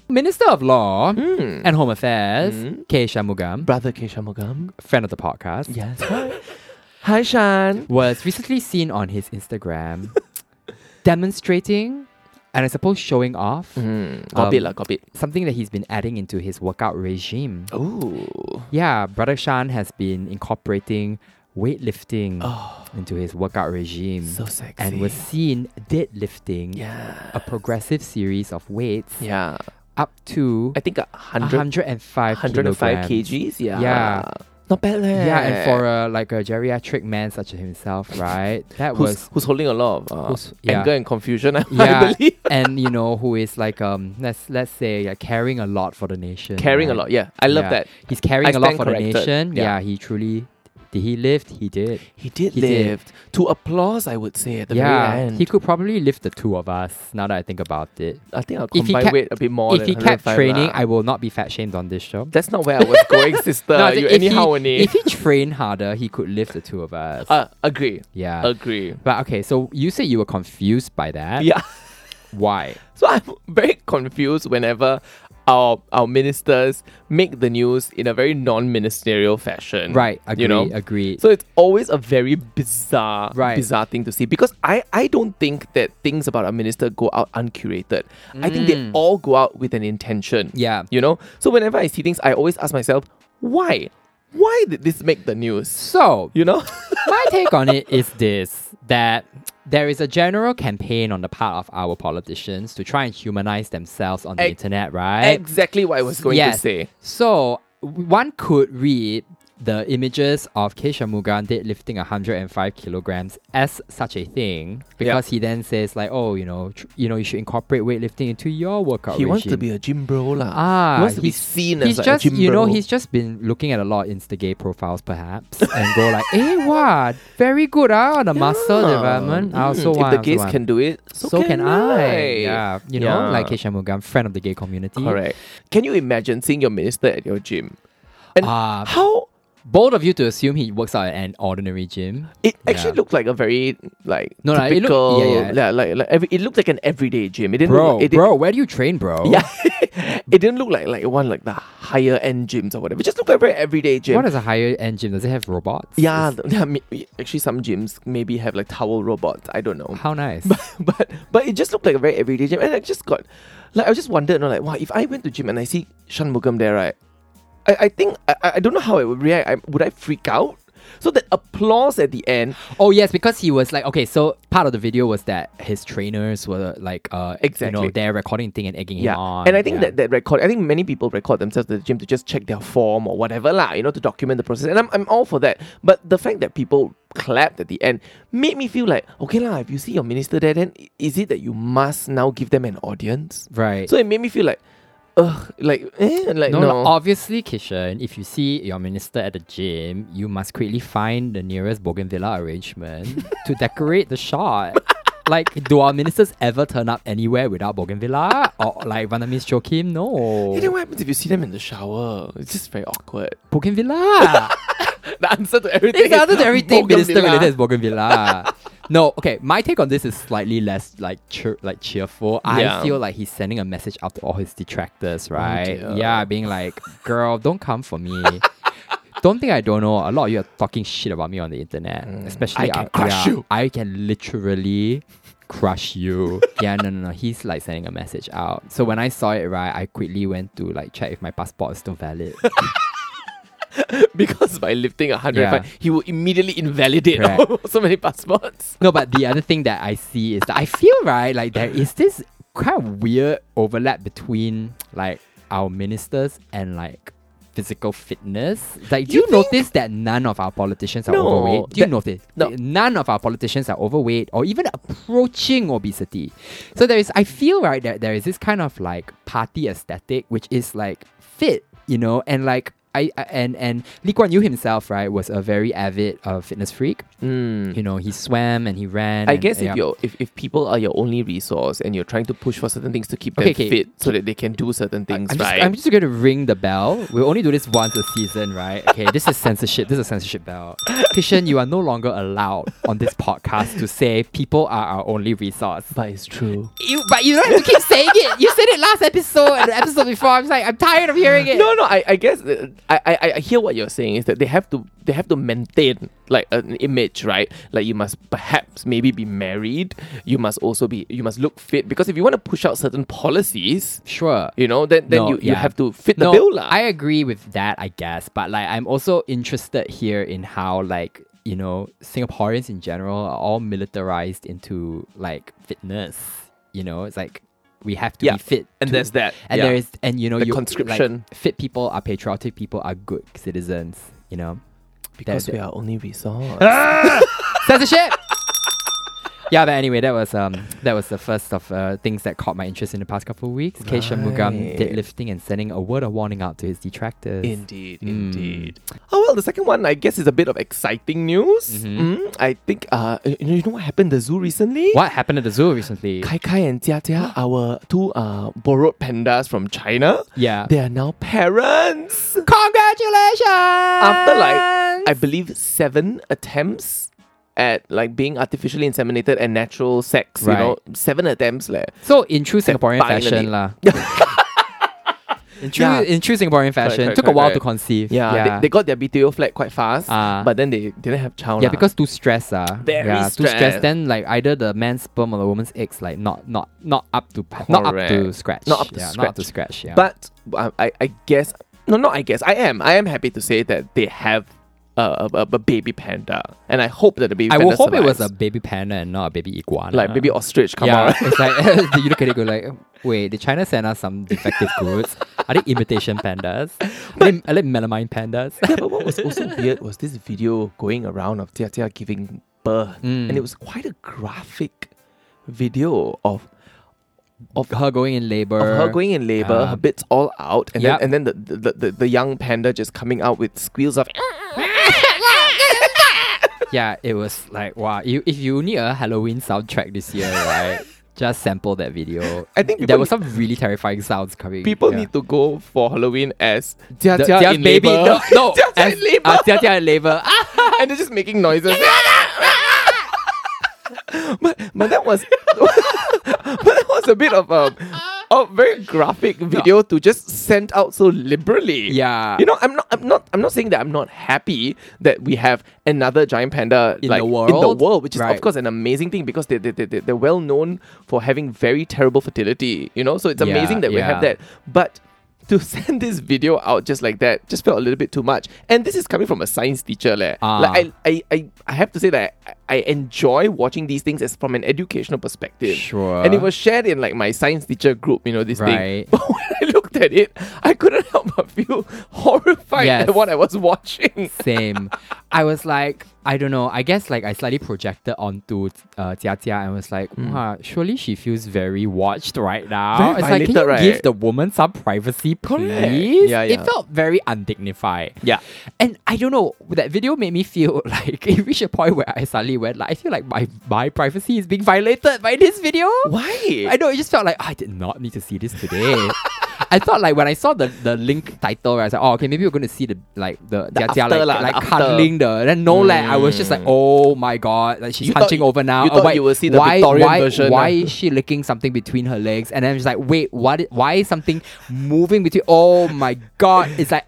[SPEAKER 1] Minister of Law
[SPEAKER 2] Mm.
[SPEAKER 1] and Home Affairs,
[SPEAKER 2] Mm.
[SPEAKER 1] K. Shamugam,
[SPEAKER 2] Brother Kesha Mogam.
[SPEAKER 1] friend of the podcast,
[SPEAKER 2] Yes. Hi. Hi, Shan.
[SPEAKER 1] was recently seen on his Instagram demonstrating and I suppose showing off
[SPEAKER 2] Mm.
[SPEAKER 1] Um,
[SPEAKER 2] Got it, lah. Got it.
[SPEAKER 1] something that he's been adding into his workout regime.
[SPEAKER 2] Ooh.
[SPEAKER 1] Yeah, Brother Shan has been incorporating weightlifting
[SPEAKER 2] Oh,
[SPEAKER 1] into his workout regime
[SPEAKER 2] so sexy.
[SPEAKER 1] and was seen deadlifting
[SPEAKER 2] yeah.
[SPEAKER 1] a progressive series of weights
[SPEAKER 2] Yeah.
[SPEAKER 1] up to
[SPEAKER 2] I think a hundred
[SPEAKER 1] 105
[SPEAKER 2] 105
[SPEAKER 1] kilograms.
[SPEAKER 2] kgs. Yeah.
[SPEAKER 1] Yeah.
[SPEAKER 2] Not bad, leh.
[SPEAKER 1] Yeah, and for a, like a geriatric man such as himself, right? That
[SPEAKER 2] who's,
[SPEAKER 1] uh, was
[SPEAKER 2] who's holding a lot of uh,
[SPEAKER 1] Who's- yeah.
[SPEAKER 2] anger and confusion, I,
[SPEAKER 1] yeah,
[SPEAKER 2] believe.
[SPEAKER 1] and you know who is like um let's let's say like, caring a lot for the nation,
[SPEAKER 2] Carrying a
[SPEAKER 1] right?
[SPEAKER 2] lot. Yeah. I love
[SPEAKER 1] Yeah.
[SPEAKER 2] that.
[SPEAKER 1] He's carrying
[SPEAKER 2] I
[SPEAKER 1] a lot
[SPEAKER 2] stand
[SPEAKER 1] for
[SPEAKER 2] corrected.
[SPEAKER 1] the nation.
[SPEAKER 2] Yeah.
[SPEAKER 1] Yeah. he truly did. He lift. He did.
[SPEAKER 2] He did
[SPEAKER 1] He did.
[SPEAKER 2] live to applause, I would say, at the
[SPEAKER 1] yeah,
[SPEAKER 2] very end.
[SPEAKER 1] he could probably lift the two of us. Now that I think about it,
[SPEAKER 2] I think I'll
[SPEAKER 1] if he
[SPEAKER 2] combine
[SPEAKER 1] kept-
[SPEAKER 2] weight a bit more.
[SPEAKER 1] if
[SPEAKER 2] than
[SPEAKER 1] he kept
[SPEAKER 2] 105
[SPEAKER 1] training,
[SPEAKER 2] lah.
[SPEAKER 1] I will not be fat shamed on this show.
[SPEAKER 2] that's not where I was going, sister.
[SPEAKER 1] No, I
[SPEAKER 2] you
[SPEAKER 1] think if
[SPEAKER 2] anyhow
[SPEAKER 1] he,
[SPEAKER 2] only.
[SPEAKER 1] If he trained harder, he could lift the two of us.
[SPEAKER 2] Uh, agree.
[SPEAKER 1] yeah.
[SPEAKER 2] Agree.
[SPEAKER 1] but okay, so you say you were confused by that.
[SPEAKER 2] Yeah.
[SPEAKER 1] Why?
[SPEAKER 2] So I'm very confused whenever our our ministers make the news in a very non-ministerial fashion.
[SPEAKER 1] Right. Agree.
[SPEAKER 2] Mm. You know.
[SPEAKER 1] Agree.
[SPEAKER 2] So it's always a very bizarre,
[SPEAKER 1] Right.
[SPEAKER 2] bizarre thing to see because I, I don't think that things about a minister go out uncurated. I think they all go out with an intention.
[SPEAKER 1] Mm. yeah.
[SPEAKER 2] You know? So whenever I see things, I always ask myself, why? Why did this make the news?
[SPEAKER 1] So
[SPEAKER 2] You know?
[SPEAKER 1] my take on it is this that there is a general campaign on the part of our politicians to try and humanize themselves on the
[SPEAKER 2] Ex-
[SPEAKER 1] internet, right?
[SPEAKER 2] exactly what I was going
[SPEAKER 1] Yes.
[SPEAKER 2] to say.
[SPEAKER 1] So w- one could read the images of Kesha Mugan deadlifting 105 kilograms as such a thing because he then says like, oh, you know, tr- you know, you should incorporate weightlifting into your workout.
[SPEAKER 2] He wants to
[SPEAKER 1] regime.
[SPEAKER 2] be a gym bro lah.
[SPEAKER 1] Ah,
[SPEAKER 2] he wants to be
[SPEAKER 1] he's-
[SPEAKER 2] seen
[SPEAKER 1] He's
[SPEAKER 2] as like
[SPEAKER 1] just,
[SPEAKER 2] a gym
[SPEAKER 1] you know,
[SPEAKER 2] bro.
[SPEAKER 1] he's just been looking at a lot of Insta gay profiles, perhaps, and go like, "Hey, what? Very good, ah, on the muscle
[SPEAKER 2] Ah,
[SPEAKER 1] development. I
[SPEAKER 2] mm,
[SPEAKER 1] also
[SPEAKER 2] if
[SPEAKER 1] want. I
[SPEAKER 2] the
[SPEAKER 1] also
[SPEAKER 2] gays
[SPEAKER 1] want."
[SPEAKER 2] can do it, so,
[SPEAKER 1] so, can I. Yeah, you know,
[SPEAKER 2] Yeah.
[SPEAKER 1] like Keisha Mugam, friend of the gay community.
[SPEAKER 2] Correct. Can you imagine seeing your minister at your gym? And
[SPEAKER 1] Ah,
[SPEAKER 2] how
[SPEAKER 1] bold of you to assume he works out at an ordinary gym.
[SPEAKER 2] It actually
[SPEAKER 1] Yeah.
[SPEAKER 2] looked like a very like
[SPEAKER 1] No, no, it looked-
[SPEAKER 2] typical
[SPEAKER 1] yeah, yeah.
[SPEAKER 2] like like, like every, it looked like an everyday gym. It didn't
[SPEAKER 1] Bro,
[SPEAKER 2] look, it
[SPEAKER 1] bro, where do you train, bro?
[SPEAKER 2] Did, yeah, it didn't look like like one like the higher end gyms or whatever. It just looked like a very everyday gym.
[SPEAKER 1] What is a higher end gym? Does it have robots?
[SPEAKER 2] yeah,
[SPEAKER 1] Is-
[SPEAKER 2] th- yeah, may- actually some gyms maybe have like towel robots. I don't know,
[SPEAKER 1] How nice.
[SPEAKER 2] but but it just looked like a very everyday gym, and I just got like I just wondered, you know, like wow, if I went to gym and I see Shanmugam there, right? I, I think I, I- I don't know how I would react. I, would I freak out? So that applause at the end
[SPEAKER 1] Oh yes, because he was like, okay, so part of the video was that his trainers were like, uh, you
[SPEAKER 2] Exactly.
[SPEAKER 1] know, they're recording thing and egging him on.
[SPEAKER 2] And I think
[SPEAKER 1] yeah.
[SPEAKER 2] that, that record, I think many people record themselves at the gym to just check their form or whatever, lah, you know, to document the process. And I'm, I'm all for that. But the fact that people clapped at the end made me feel like, okay, lah, if you see your minister there, then i- is it that you must now give them an audience?
[SPEAKER 1] right.
[SPEAKER 2] So it made me feel like, ugh, like, eh, like,
[SPEAKER 1] no,
[SPEAKER 2] no.
[SPEAKER 1] no, obviously, Kishan, if you see your minister at the gym, you must quickly find the nearest bougainvillea arrangement to decorate the shot. Like, do our ministers ever turn up anywhere without bougainvillea or like Vanamis Chokim?
[SPEAKER 2] And then
[SPEAKER 1] No,
[SPEAKER 2] what happens if you see them in the shower? It's just very awkward.
[SPEAKER 1] bougainvillea.
[SPEAKER 2] The answer to everything.
[SPEAKER 1] It's the other
[SPEAKER 2] is
[SPEAKER 1] than everything minister
[SPEAKER 2] bougainvillea.
[SPEAKER 1] related is bougainvillea. no, okay. My take on this is slightly less like cheer, like cheerful. I
[SPEAKER 2] Yeah. Oh,
[SPEAKER 1] feel like he's sending a message out to all his detractors, right?
[SPEAKER 2] dear.
[SPEAKER 1] yeah, being like, "Girl, don't come for me." don't think I don't know. A lot of you are talking shit about me on the internet, especially
[SPEAKER 2] Mm. I can
[SPEAKER 1] uh,
[SPEAKER 2] crush
[SPEAKER 1] yeah,
[SPEAKER 2] you.
[SPEAKER 1] I can literally crush you. yeah, no, no, no. He's like sending a message out. So when I saw it, right, I quickly went to like check if my passport is still valid.
[SPEAKER 2] because by lifting a hundred
[SPEAKER 1] Yeah.
[SPEAKER 2] fine, he will immediately invalidate
[SPEAKER 1] Correct.
[SPEAKER 2] so many passports.
[SPEAKER 1] no, but the other thing that I see is that I feel right like there is this kind of weird overlap between like our ministers and like physical fitness. Like, do
[SPEAKER 2] You
[SPEAKER 1] you, notice that none of our politicians are
[SPEAKER 2] No,
[SPEAKER 1] overweight? Do you
[SPEAKER 2] that-
[SPEAKER 1] notice?
[SPEAKER 2] no.
[SPEAKER 1] None of our politicians are overweight or even approaching obesity. So there is, I feel right that there is this kind of like party aesthetic, which is like fit, you know, and like. I, I- and and Lee Kuan Yew himself, right, was a very avid uh, fitness freak you know, he swam and he ran.
[SPEAKER 2] I
[SPEAKER 1] and-
[SPEAKER 2] guess if
[SPEAKER 1] yeah.
[SPEAKER 2] you're if, if people are your only resource and you're trying to push for certain things to keep them
[SPEAKER 1] Okay, okay.
[SPEAKER 2] fit so that they can do certain things,
[SPEAKER 1] I'm just,
[SPEAKER 2] right?
[SPEAKER 1] I'm just going to ring the bell. We'll only do this once a season, right? Okay, this is censorship. This is a censorship bell. Kishan, you are no longer allowed on this podcast to say people are our only resource.
[SPEAKER 2] but it's true.
[SPEAKER 1] You, but you don't have to keep saying it. You said it last episode and the episode before. I'm like, I'm tired of hearing it.
[SPEAKER 2] No, no. I, I guess uh, I, I, I hear what you're saying is that they have to they have to maintain like an image, right? Like you must perhaps maybe be married. You must also be you must look fit because if you want to push out certain policies,
[SPEAKER 1] Sure.
[SPEAKER 2] you know, then then
[SPEAKER 1] No,
[SPEAKER 2] you, you
[SPEAKER 1] yeah.
[SPEAKER 2] have to fit the
[SPEAKER 1] no,
[SPEAKER 2] bill, lah.
[SPEAKER 1] I agree with that, I guess. But like, I'm also interested here in how like you know Singaporeans in general are all militarized into like fitness. You know, it's like we have to
[SPEAKER 2] Yeah,
[SPEAKER 1] be fit,
[SPEAKER 2] and
[SPEAKER 1] to-
[SPEAKER 2] there's that.
[SPEAKER 1] and
[SPEAKER 2] yeah.
[SPEAKER 1] there is, and you know,
[SPEAKER 2] The
[SPEAKER 1] you, like,
[SPEAKER 2] conscription.
[SPEAKER 1] fit people are patriotic. People are good citizens. You know,
[SPEAKER 2] because
[SPEAKER 1] there-
[SPEAKER 2] we are only resource.
[SPEAKER 1] Ah! censorship. Yeah, but anyway, that was um that was the first of uh, things that caught my interest in the past couple of weeks. K. Shanmugam
[SPEAKER 2] Right.
[SPEAKER 1] deadlifting and sending a word of warning out to his detractors.
[SPEAKER 2] Indeed,
[SPEAKER 1] Mm.
[SPEAKER 2] indeed. Hmm. Oh well, the second one I guess is a bit of exciting news.
[SPEAKER 1] Mhm.
[SPEAKER 2] Mm, I think uh, you know you know what happened at the zoo recently.
[SPEAKER 1] What happened at the zoo recently?
[SPEAKER 2] Kai Kai and Tia Tia, our two uh, borrowed pandas from China,
[SPEAKER 1] Yeah.
[SPEAKER 2] they are now parents.
[SPEAKER 1] Congratulations!
[SPEAKER 2] After like I believe seven attempts at like being artificially inseminated and natural sex,
[SPEAKER 1] Right.
[SPEAKER 2] you know, seven attempts like
[SPEAKER 1] so in true Singaporean
[SPEAKER 2] finally-
[SPEAKER 1] fashion lah. in true
[SPEAKER 2] Yeah.
[SPEAKER 1] in true Singaporean fashion,
[SPEAKER 2] correct,
[SPEAKER 1] took a while
[SPEAKER 2] correct,
[SPEAKER 1] to conceive.
[SPEAKER 2] yeah, They, they got their BTO flat quite fast,
[SPEAKER 1] Ah.
[SPEAKER 2] but then they didn't have child.
[SPEAKER 1] yeah,
[SPEAKER 2] lah.
[SPEAKER 1] because too stressed, ah.
[SPEAKER 2] Very
[SPEAKER 1] yeah, too stressed.
[SPEAKER 2] stressed.
[SPEAKER 1] Then like either the man's sperm or the woman's eggs, like not not not up to pa- not up to
[SPEAKER 2] Correct.
[SPEAKER 1] scratch,
[SPEAKER 2] Not up to
[SPEAKER 1] yeah, not up to scratch. Yeah,
[SPEAKER 2] But uh, I, I guess no, not I guess I am. I am happy to say that they have a, a, a baby panda, and I hope that the baby.
[SPEAKER 1] I
[SPEAKER 2] panda
[SPEAKER 1] will hope it was a
[SPEAKER 2] survives.
[SPEAKER 1] baby panda and not a baby iguana.
[SPEAKER 2] like baby ostrich. Come
[SPEAKER 1] yeah,
[SPEAKER 2] on.
[SPEAKER 1] it's like you look at it, go like, wait, did China send us some defective goods? Are they imitation pandas? Are they, are they melamine pandas?
[SPEAKER 2] Yeah, but what was also weird was this video going around of Tia Tia giving birth,
[SPEAKER 1] Mm.
[SPEAKER 2] and it was quite a graphic video of
[SPEAKER 1] of her going in labor.
[SPEAKER 2] of her going in labor,
[SPEAKER 1] Ah.
[SPEAKER 2] her bits all out, and
[SPEAKER 1] Yup.
[SPEAKER 2] then and then the the, the the young panda just coming out with squeals of.
[SPEAKER 1] Yeah, it was like wow. You, if you need a Halloween soundtrack this year, right? just sample that video.
[SPEAKER 2] I think
[SPEAKER 1] there
[SPEAKER 2] people
[SPEAKER 1] were some really terrifying sounds coming.
[SPEAKER 2] People
[SPEAKER 1] yeah.
[SPEAKER 2] need to go for Halloween as Tia
[SPEAKER 1] The-
[SPEAKER 2] Tia
[SPEAKER 1] their
[SPEAKER 2] in
[SPEAKER 1] baby,
[SPEAKER 2] labor.
[SPEAKER 1] No, no
[SPEAKER 2] Tia Tia
[SPEAKER 1] as-
[SPEAKER 2] in labor.
[SPEAKER 1] uh, Tia Tia in labor. Ah,
[SPEAKER 2] and they're just making noises. but but that was but that was a bit of a, a very graphic video to just send out so liberally.
[SPEAKER 1] Yeah.
[SPEAKER 2] You know, I'm not I'm not I'm not saying that I'm not happy that we have another giant panda
[SPEAKER 1] In
[SPEAKER 2] like
[SPEAKER 1] the
[SPEAKER 2] in the
[SPEAKER 1] world?
[SPEAKER 2] world, which is
[SPEAKER 1] Right.
[SPEAKER 2] of course an amazing thing because they they they they- they're well known for having very terrible fertility, you know? So it's
[SPEAKER 1] Yeah,
[SPEAKER 2] amazing that we have
[SPEAKER 1] yeah.
[SPEAKER 2] that. But to send this video out just like that just felt a little bit too much. And this is coming from a science teacher, leh.
[SPEAKER 1] Ah.
[SPEAKER 2] Like I, I, I, I have to say that I, I enjoy watching these things as from an educational perspective.
[SPEAKER 1] Sure.
[SPEAKER 2] And it was shared in like my science teacher group, you know, this thing.
[SPEAKER 1] Right.
[SPEAKER 2] But when I looked at it, I couldn't help but feel horrified
[SPEAKER 1] Yes.
[SPEAKER 2] at what I was watching.
[SPEAKER 1] same. I was like, I don't know. I guess like I slightly projected onto uh, Tia Tia and was like, wow, surely she feels very watched right now.
[SPEAKER 2] Hmm. Very
[SPEAKER 1] it's like, can you
[SPEAKER 2] violated, right?
[SPEAKER 1] give the woman some privacy, please?
[SPEAKER 2] Yeah, yeah.
[SPEAKER 1] It felt very undignified.
[SPEAKER 2] Yeah.
[SPEAKER 1] And I don't know, that video made me feel like it reached a point where I suddenly went like, I feel like my, my privacy is being violated by this video.
[SPEAKER 2] Why?
[SPEAKER 1] I know, it just felt like "Oh, I did not need to see this today. I thought like when I saw the, the link title, right, I was like, oh okay, maybe we're gonna see the like the,
[SPEAKER 2] The
[SPEAKER 1] their- their,
[SPEAKER 2] after lah,
[SPEAKER 1] like,
[SPEAKER 2] the
[SPEAKER 1] like
[SPEAKER 2] after. Mm.
[SPEAKER 1] cuddling the then no like I was just like, oh my god, like she's
[SPEAKER 2] You thought-
[SPEAKER 1] hunching over now.
[SPEAKER 2] you
[SPEAKER 1] oh,
[SPEAKER 2] thought
[SPEAKER 1] wait,
[SPEAKER 2] you will see the
[SPEAKER 1] why,
[SPEAKER 2] Victorian
[SPEAKER 1] why,
[SPEAKER 2] version, uh?"
[SPEAKER 1] Why
[SPEAKER 2] huh?
[SPEAKER 1] is she licking something between her legs? And then she's like, wait, what? i- Why is something moving between? Oh my god! It's like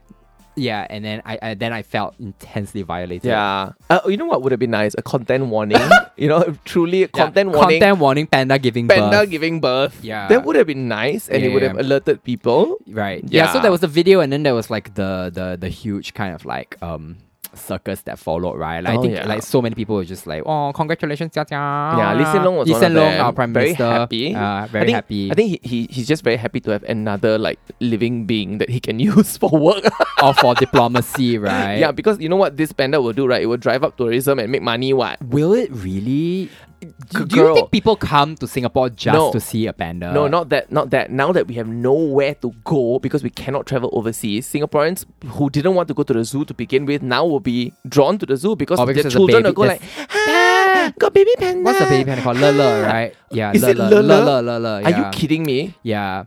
[SPEAKER 1] yeah, and then I, I then I felt intensely violated.
[SPEAKER 2] Yeah. Uh, you know what would have been nice? A content warning. you know, truly a
[SPEAKER 1] Yeah,
[SPEAKER 2] content warning.
[SPEAKER 1] Content warning. Panda giving
[SPEAKER 2] Panda
[SPEAKER 1] birth.
[SPEAKER 2] giving birth.
[SPEAKER 1] Yeah.
[SPEAKER 2] That would have been nice and it would
[SPEAKER 1] Yeah.
[SPEAKER 2] have alerted people.
[SPEAKER 1] Right. Yeah. So
[SPEAKER 2] Yeah.
[SPEAKER 1] there was a video, and then there was like the the the huge kind of like um circus that followed. Right. Like, I
[SPEAKER 2] Oh,
[SPEAKER 1] think
[SPEAKER 2] yeah.
[SPEAKER 1] like so many people were just like, oh, congratulations, Jia Jia.
[SPEAKER 2] Yeah, Lee Hsien Loong
[SPEAKER 1] Ah,
[SPEAKER 2] was
[SPEAKER 1] Lee
[SPEAKER 2] one
[SPEAKER 1] Hsien
[SPEAKER 2] of
[SPEAKER 1] Loong,
[SPEAKER 2] them.
[SPEAKER 1] our prime
[SPEAKER 2] very
[SPEAKER 1] minister.
[SPEAKER 2] Happy.
[SPEAKER 1] Uh, very
[SPEAKER 2] I think,
[SPEAKER 1] happy.
[SPEAKER 2] I think he, he he's just very happy to have another like living being that he can use for work.
[SPEAKER 1] or for diplomacy, right?
[SPEAKER 2] yeah, because you know what this panda will do, right? It will drive up tourism and make money. What?
[SPEAKER 1] Will it really? Do,
[SPEAKER 2] G-
[SPEAKER 1] do you
[SPEAKER 2] girl.
[SPEAKER 1] think people come to Singapore just
[SPEAKER 2] No.
[SPEAKER 1] to see a panda?
[SPEAKER 2] no, not that, not that. Now that we have nowhere to go because we cannot travel overseas, Singaporeans who didn't want to go to the zoo to begin with now will be drawn to the zoo because,
[SPEAKER 1] Oh, because
[SPEAKER 2] their
[SPEAKER 1] there's a
[SPEAKER 2] children will
[SPEAKER 1] baby-
[SPEAKER 2] go like, ah, got baby panda.
[SPEAKER 1] What's the baby panda called? Lele, right? Yeah,
[SPEAKER 2] Is
[SPEAKER 1] Lele,
[SPEAKER 2] it
[SPEAKER 1] Lele,
[SPEAKER 2] Lele?
[SPEAKER 1] Lele, Lele.
[SPEAKER 2] Are
[SPEAKER 1] yeah.
[SPEAKER 2] you kidding me?
[SPEAKER 1] Yeah.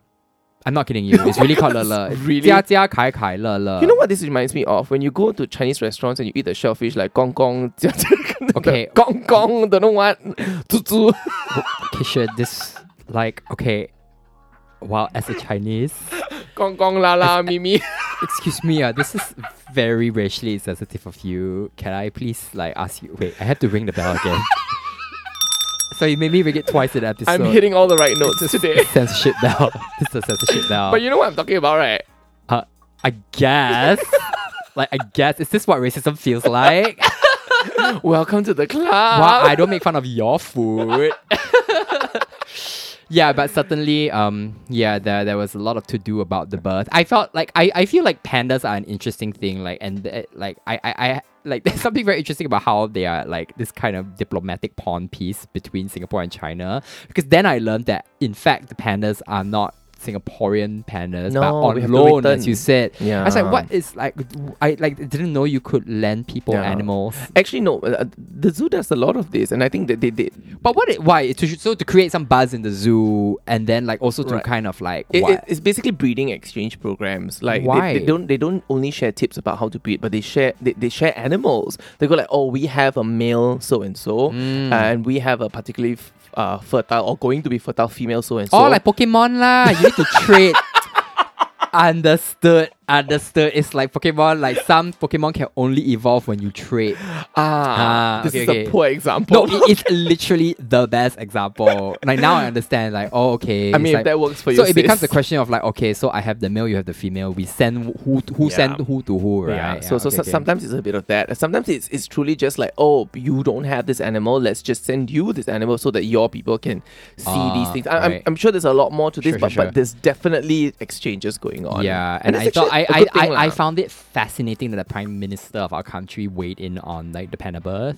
[SPEAKER 1] I'm not kidding you. It's really called Lele.
[SPEAKER 2] Really?
[SPEAKER 1] 家家凯凯乐乐.
[SPEAKER 2] You know what this reminds me of? When you go to Chinese restaurants and you eat the shellfish like gong gong,
[SPEAKER 1] Okay.
[SPEAKER 2] gong gong, don't know what, zu zu.
[SPEAKER 1] Kisha, this like okay. Wow, as a Chinese,
[SPEAKER 2] gong gong la la mimi.
[SPEAKER 1] excuse me, uh, this is very racially insensitive of you. Can I please like ask you? Wait, I have to ring the bell again. so you made me ring it twice in the episode.
[SPEAKER 2] I'm hitting all the right notes today.
[SPEAKER 1] censorship bell. this is a censorship bell.
[SPEAKER 2] But you know what I'm talking about, right?
[SPEAKER 1] Uh, I guess. like, I guess. Is this what racism feels like?
[SPEAKER 2] Welcome to the club.
[SPEAKER 1] Well, I don't make fun of your food. yeah, but certainly, um, yeah, there, there was a lot of to do about the birth. I felt like I, I feel like pandas are an interesting thing. Like and th- like I, I, I like there's something very interesting about how they are like this kind of diplomatic pawn piece between Singapore and China. Because then I learned that in fact the pandas are not. Singaporean pandas, but
[SPEAKER 2] No, we
[SPEAKER 1] on
[SPEAKER 2] have to
[SPEAKER 1] loan,
[SPEAKER 2] return.
[SPEAKER 1] as you said.
[SPEAKER 2] Yeah.
[SPEAKER 1] I was like, what is like? I like didn't know you could lend people
[SPEAKER 2] Yeah.
[SPEAKER 1] animals.
[SPEAKER 2] Actually, no. uh, the zoo does a lot of this, and I think that they did.
[SPEAKER 1] But what? It, why? To, so to create some buzz in the zoo, and then like also to
[SPEAKER 2] Right.
[SPEAKER 1] kind of like
[SPEAKER 2] It,
[SPEAKER 1] what?
[SPEAKER 2] it- it's basically breeding exchange programs. Like they-
[SPEAKER 1] Why?
[SPEAKER 2] They, don't they don't only share tips about how to breed, but they share they, they share animals. They go like, oh, we have a male so and so,
[SPEAKER 1] Hmm.
[SPEAKER 2] and we have a particularly f- uh, fertile or going to be fertile female so and so.
[SPEAKER 1] Or Oh, like Pokemon lah. You need to trade. understood. Understood. It's like Pokemon. Like some Pokemon can only evolve when you trade.
[SPEAKER 2] ah,
[SPEAKER 1] Ah,
[SPEAKER 2] this
[SPEAKER 1] okay,
[SPEAKER 2] is
[SPEAKER 1] okay.
[SPEAKER 2] a poor
[SPEAKER 1] No,
[SPEAKER 2] example.
[SPEAKER 1] it is literally the best example. Like now I understand. Like oh okay.
[SPEAKER 2] I
[SPEAKER 1] it's
[SPEAKER 2] mean,
[SPEAKER 1] like-
[SPEAKER 2] if that works for you,
[SPEAKER 1] so it becomes a
[SPEAKER 2] sis.
[SPEAKER 1] question of like okay, so I have the male, you have the female. We send who who
[SPEAKER 2] Yeah.
[SPEAKER 1] send who to who, right?
[SPEAKER 2] Yeah. So so,
[SPEAKER 1] okay,
[SPEAKER 2] so-
[SPEAKER 1] okay.
[SPEAKER 2] sometimes it's a bit of that. Sometimes it's it's truly just like, oh, you don't have this animal. Let's just send you this animal so that your people can see
[SPEAKER 1] Ah,
[SPEAKER 2] these things. I, I'm,
[SPEAKER 1] right.
[SPEAKER 2] I'm sure there's a lot more to this,
[SPEAKER 1] Sure,
[SPEAKER 2] but,
[SPEAKER 1] sure, sure.
[SPEAKER 2] but there's definitely exchanges going on.
[SPEAKER 1] Yeah, and, I
[SPEAKER 2] it's
[SPEAKER 1] thought I
[SPEAKER 2] actually a
[SPEAKER 1] I,
[SPEAKER 2] good
[SPEAKER 1] I,
[SPEAKER 2] thing
[SPEAKER 1] I
[SPEAKER 2] lah.
[SPEAKER 1] found it fascinating that the prime minister of our country weighed in on like the panda birth.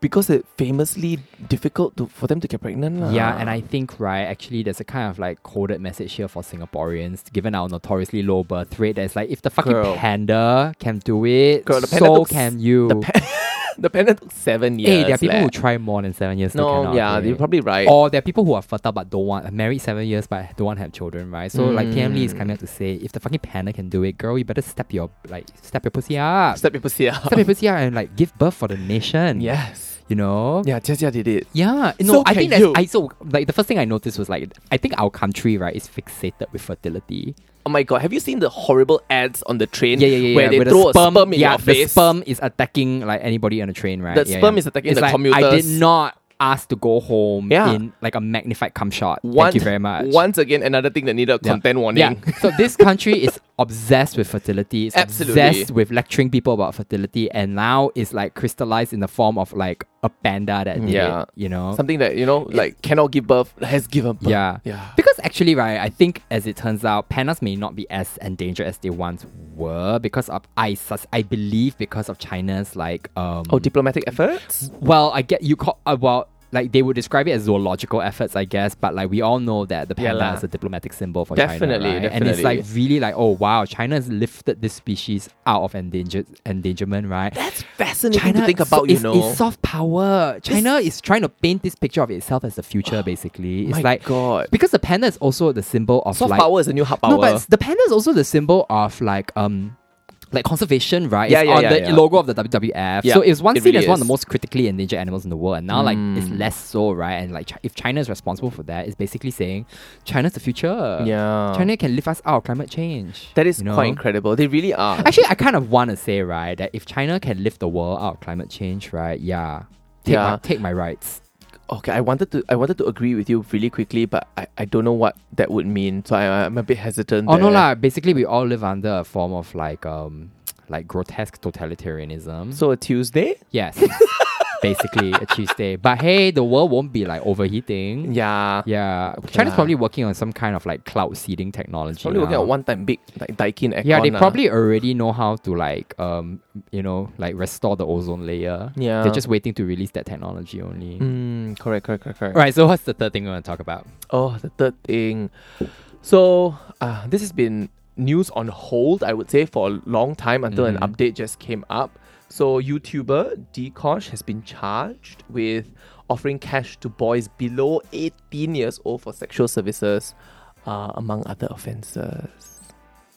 [SPEAKER 2] because it famously difficult to, for them to get pregnant. lah.
[SPEAKER 1] Yeah, and I think right actually there's a kind of like coded message here for Singaporeans, given our notoriously low birth rate. That's like if the fucking
[SPEAKER 2] Girl.
[SPEAKER 1] panda can do it,
[SPEAKER 2] Girl, the panda
[SPEAKER 1] so
[SPEAKER 2] took s-
[SPEAKER 1] can you.
[SPEAKER 2] the pa- the panda took seven years.
[SPEAKER 1] hey, Eh, there are people
[SPEAKER 2] leh.
[SPEAKER 1] who try more than seven years. they
[SPEAKER 2] no,
[SPEAKER 1] cannot eh?
[SPEAKER 2] yeah,
[SPEAKER 1] do
[SPEAKER 2] you're
[SPEAKER 1] it.
[SPEAKER 2] probably right.
[SPEAKER 1] Or there are people who are fertile but don't want married seven years but don't want to have children, right? So like PM Lee is coming out to say, if the fucking panda can do it, girl, you better step your like step your pussy up.
[SPEAKER 2] Step your pussy out.
[SPEAKER 1] some people see her and like give birth for the nation.
[SPEAKER 2] Yes.
[SPEAKER 1] You know?
[SPEAKER 2] Yeah, Jia Jia did it.
[SPEAKER 1] Yeah.
[SPEAKER 2] So
[SPEAKER 1] No, I
[SPEAKER 2] can
[SPEAKER 1] think that's
[SPEAKER 2] you.
[SPEAKER 1] I so like the first thing I noticed was like I think our country, right, is fixated with fertility.
[SPEAKER 2] Oh my god, have you seen the horrible ads on the train?
[SPEAKER 1] Yeah, yeah, yeah.
[SPEAKER 2] Where
[SPEAKER 1] yeah.
[SPEAKER 2] they
[SPEAKER 1] with the
[SPEAKER 2] throw
[SPEAKER 1] sperm,
[SPEAKER 2] a sperm in
[SPEAKER 1] yeah,
[SPEAKER 2] your
[SPEAKER 1] the
[SPEAKER 2] face.
[SPEAKER 1] sperm is attacking like anybody on a train, right?
[SPEAKER 2] The
[SPEAKER 1] Yeah,
[SPEAKER 2] sperm
[SPEAKER 1] yeah.
[SPEAKER 2] is attacking
[SPEAKER 1] It's
[SPEAKER 2] the
[SPEAKER 1] like, I did
[SPEAKER 2] commuters.
[SPEAKER 1] not ask to go home
[SPEAKER 2] Yeah.
[SPEAKER 1] in like a magnified cum shot.
[SPEAKER 2] One-
[SPEAKER 1] Thank you very much.
[SPEAKER 2] Once again, another thing that needed a
[SPEAKER 1] Yeah.
[SPEAKER 2] content warning.
[SPEAKER 1] Yeah. So this country is obsessed with fertility. It's
[SPEAKER 2] Absolutely.
[SPEAKER 1] obsessed with lecturing people about fertility, and now it's like crystallized in the form of like a panda that did
[SPEAKER 2] Yeah.
[SPEAKER 1] it, you know.
[SPEAKER 2] Oh. Something that, you know, like cannot give birth, has given birth.
[SPEAKER 1] Yeah.
[SPEAKER 2] Yeah.
[SPEAKER 1] Because actually, right, I think as it turns out, pandas may not be as endangered as they once were because of I sus- I believe because of China's like um
[SPEAKER 2] Oh, diplomatic efforts?
[SPEAKER 1] well, I get you call uh, well like they would describe it as zoological efforts, I guess, but like we all know that the
[SPEAKER 2] Yeah
[SPEAKER 1] panda
[SPEAKER 2] lah.
[SPEAKER 1] is a diplomatic symbol for
[SPEAKER 2] Definitely,
[SPEAKER 1] China, right? And it's like
[SPEAKER 2] definitely.
[SPEAKER 1] really like, oh wow, China's lifted this species out of endangered endangerment, right?
[SPEAKER 2] That's fascinating to think about,
[SPEAKER 1] so-
[SPEAKER 2] you
[SPEAKER 1] is,
[SPEAKER 2] know.
[SPEAKER 1] is soft power. China is trying to paint this picture of itself as the future, basically. It's
[SPEAKER 2] Oh My
[SPEAKER 1] like
[SPEAKER 2] God.
[SPEAKER 1] because the panda is also the symbol of
[SPEAKER 2] Soft
[SPEAKER 1] like
[SPEAKER 2] power is a new hard power.
[SPEAKER 1] no, but the panda is also the symbol of like um like conservation, right?
[SPEAKER 2] Yeah,
[SPEAKER 1] it's
[SPEAKER 2] yeah,
[SPEAKER 1] on
[SPEAKER 2] yeah,
[SPEAKER 1] the
[SPEAKER 2] yeah.
[SPEAKER 1] logo of the WWF.
[SPEAKER 2] Yeah,
[SPEAKER 1] so it's one
[SPEAKER 2] it
[SPEAKER 1] seen
[SPEAKER 2] really
[SPEAKER 1] as one of the
[SPEAKER 2] is. Mm.
[SPEAKER 1] most critically endangered animals in the world, and now like it's less so, right? And like Chi- if China is responsible for that, it's basically saying China's the future.
[SPEAKER 2] Yeah.
[SPEAKER 1] China can lift us out of climate change.
[SPEAKER 2] That is
[SPEAKER 1] you know?
[SPEAKER 2] quite incredible. They really are.
[SPEAKER 1] Actually, I kind of want to say right that if China can lift the world out of climate change, right? Yeah, take
[SPEAKER 2] Yeah.
[SPEAKER 1] my, take my rights.
[SPEAKER 2] okay, I wanted to I wanted to agree with you really quickly, but I, I don't know what that would mean, so I, I'm a bit hesitant.
[SPEAKER 1] Oh no
[SPEAKER 2] there.
[SPEAKER 1] lah. Basically, we all live under a form of like um like grotesque totalitarianism.
[SPEAKER 2] So a Tuesday?
[SPEAKER 1] Yes. Basically, a Tuesday. But hey, the world won't be like overheating.
[SPEAKER 2] Yeah.
[SPEAKER 1] Yeah.
[SPEAKER 2] Okay
[SPEAKER 1] China's
[SPEAKER 2] lah.
[SPEAKER 1] probably working on some kind of like cloud seeding technology.
[SPEAKER 2] Probably looking
[SPEAKER 1] now.
[SPEAKER 2] at one time big like Daikin aircon. uh,
[SPEAKER 1] Yeah, they
[SPEAKER 2] lah.
[SPEAKER 1] probably already know how to like um you know like restore the ozone layer.
[SPEAKER 2] Yeah.
[SPEAKER 1] They're just waiting to release that technology only.
[SPEAKER 2] Mm, correct, correct, correct, correct.
[SPEAKER 1] All right, so what's the third thing we want to talk about?
[SPEAKER 2] Oh, the third thing. So uh, this has been news on hold, I would say, for a long time until an
[SPEAKER 1] Mhm.
[SPEAKER 2] update just came up. So YouTuber Dkosh has been charged with offering cash to boys below 18 years old for sexual services, uh, among other offenses.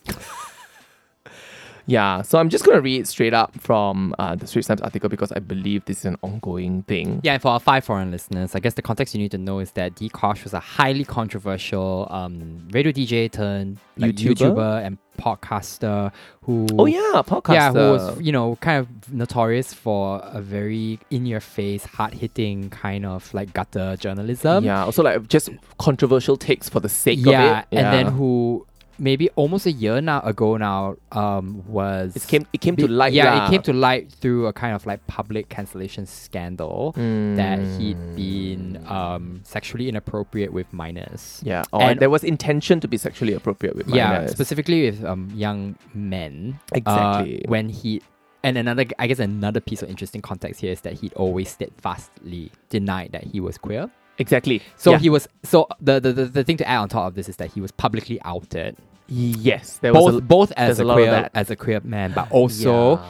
[SPEAKER 2] yeah, so I'm just gonna read straight up from uh, the Straits Times article because I believe this is an ongoing thing.
[SPEAKER 1] Yeah, and for our five foreign listeners, I guess the context you need to know is that D Kosh was a highly controversial um, radio DJ turned like,
[SPEAKER 2] YouTuber?
[SPEAKER 1] YouTuber? and podcaster who
[SPEAKER 2] Oh yeah, podcast.
[SPEAKER 1] Yeah, who was you know kind of notorious for a very in-your-face, hard-hitting kind of like gutter journalism.
[SPEAKER 2] yeah, also like just controversial takes for the sake
[SPEAKER 1] yeah,
[SPEAKER 2] of it.
[SPEAKER 1] and then who maybe almost a year now ago now um was
[SPEAKER 2] it came it came to
[SPEAKER 1] be-
[SPEAKER 2] light.
[SPEAKER 1] Yeah,
[SPEAKER 2] lah.
[SPEAKER 1] it came to light through a kind of like public cancellation scandal
[SPEAKER 2] Hmm.
[SPEAKER 1] that he'd been
[SPEAKER 2] Mm.
[SPEAKER 1] um sexually inappropriate with minors.
[SPEAKER 2] yeah, or
[SPEAKER 1] and-
[SPEAKER 2] there was intention to be sexually appropriate with
[SPEAKER 1] Yeah,
[SPEAKER 2] minors.
[SPEAKER 1] specifically with um young men. uh,
[SPEAKER 2] Exactly.
[SPEAKER 1] when he and another, I guess another piece of interesting context here is that he always steadfastly denied that he was queer.
[SPEAKER 2] exactly.
[SPEAKER 1] So
[SPEAKER 2] Yeah.
[SPEAKER 1] he was. So the, the the the thing to add on top of this is that he was publicly outed,
[SPEAKER 2] yes, there
[SPEAKER 1] both
[SPEAKER 2] was a,
[SPEAKER 1] both
[SPEAKER 2] there's
[SPEAKER 1] as
[SPEAKER 2] a
[SPEAKER 1] a,
[SPEAKER 2] lot of
[SPEAKER 1] queer
[SPEAKER 2] that.
[SPEAKER 1] as a queer man, but also
[SPEAKER 2] Yeah.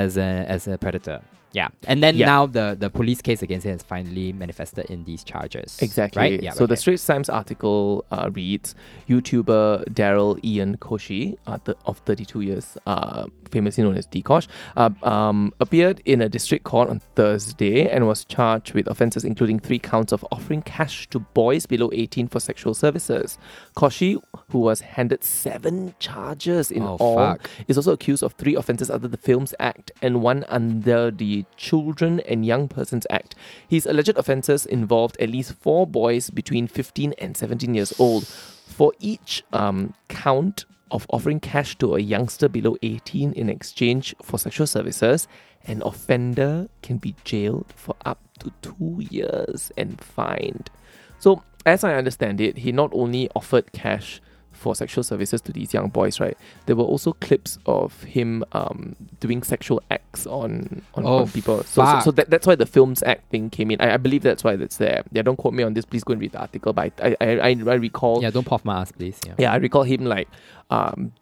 [SPEAKER 1] as a as a predator. Yeah, and then
[SPEAKER 2] Yeah.
[SPEAKER 1] now the the police case against him has finally manifested in these charges.
[SPEAKER 2] Exactly.
[SPEAKER 1] Right. Yeah.
[SPEAKER 2] so the
[SPEAKER 1] okay.
[SPEAKER 2] Straits Times article uh, reads: YouTuber Daryl Ian Koshi, uh, th- of 32 years, uh, famously known as Dkosh, uh, um, appeared in a district court on Thursday and was charged with offences including three counts of offering cash to boys below 18 for sexual services. Koshi, who was handed seven charges in
[SPEAKER 1] Oh,
[SPEAKER 2] all,
[SPEAKER 1] fuck.
[SPEAKER 2] is also accused of three offences under the Films Act and one under the Children and Young Persons Act. His alleged offences involved at least four boys between 15 and 17 years old. For each um, count of offering cash to a youngster below 18 in exchange for sexual services, an offender can be jailed for up to two years and fined. So, as I understand it, he not only offered cash for sexual services to these young boys, right? There were also clips of him um, doing sexual acts on on,
[SPEAKER 1] Oh,
[SPEAKER 2] on people. So, so, so
[SPEAKER 1] fuck.
[SPEAKER 2] that, that's why the films act thing came in. I, I believe that's why that's there. Yeah, don't quote me on this. Please go and read the article. But I I, I, I recall.
[SPEAKER 1] yeah, don't puff my ass, please. Yeah.
[SPEAKER 2] yeah, I recall him like um,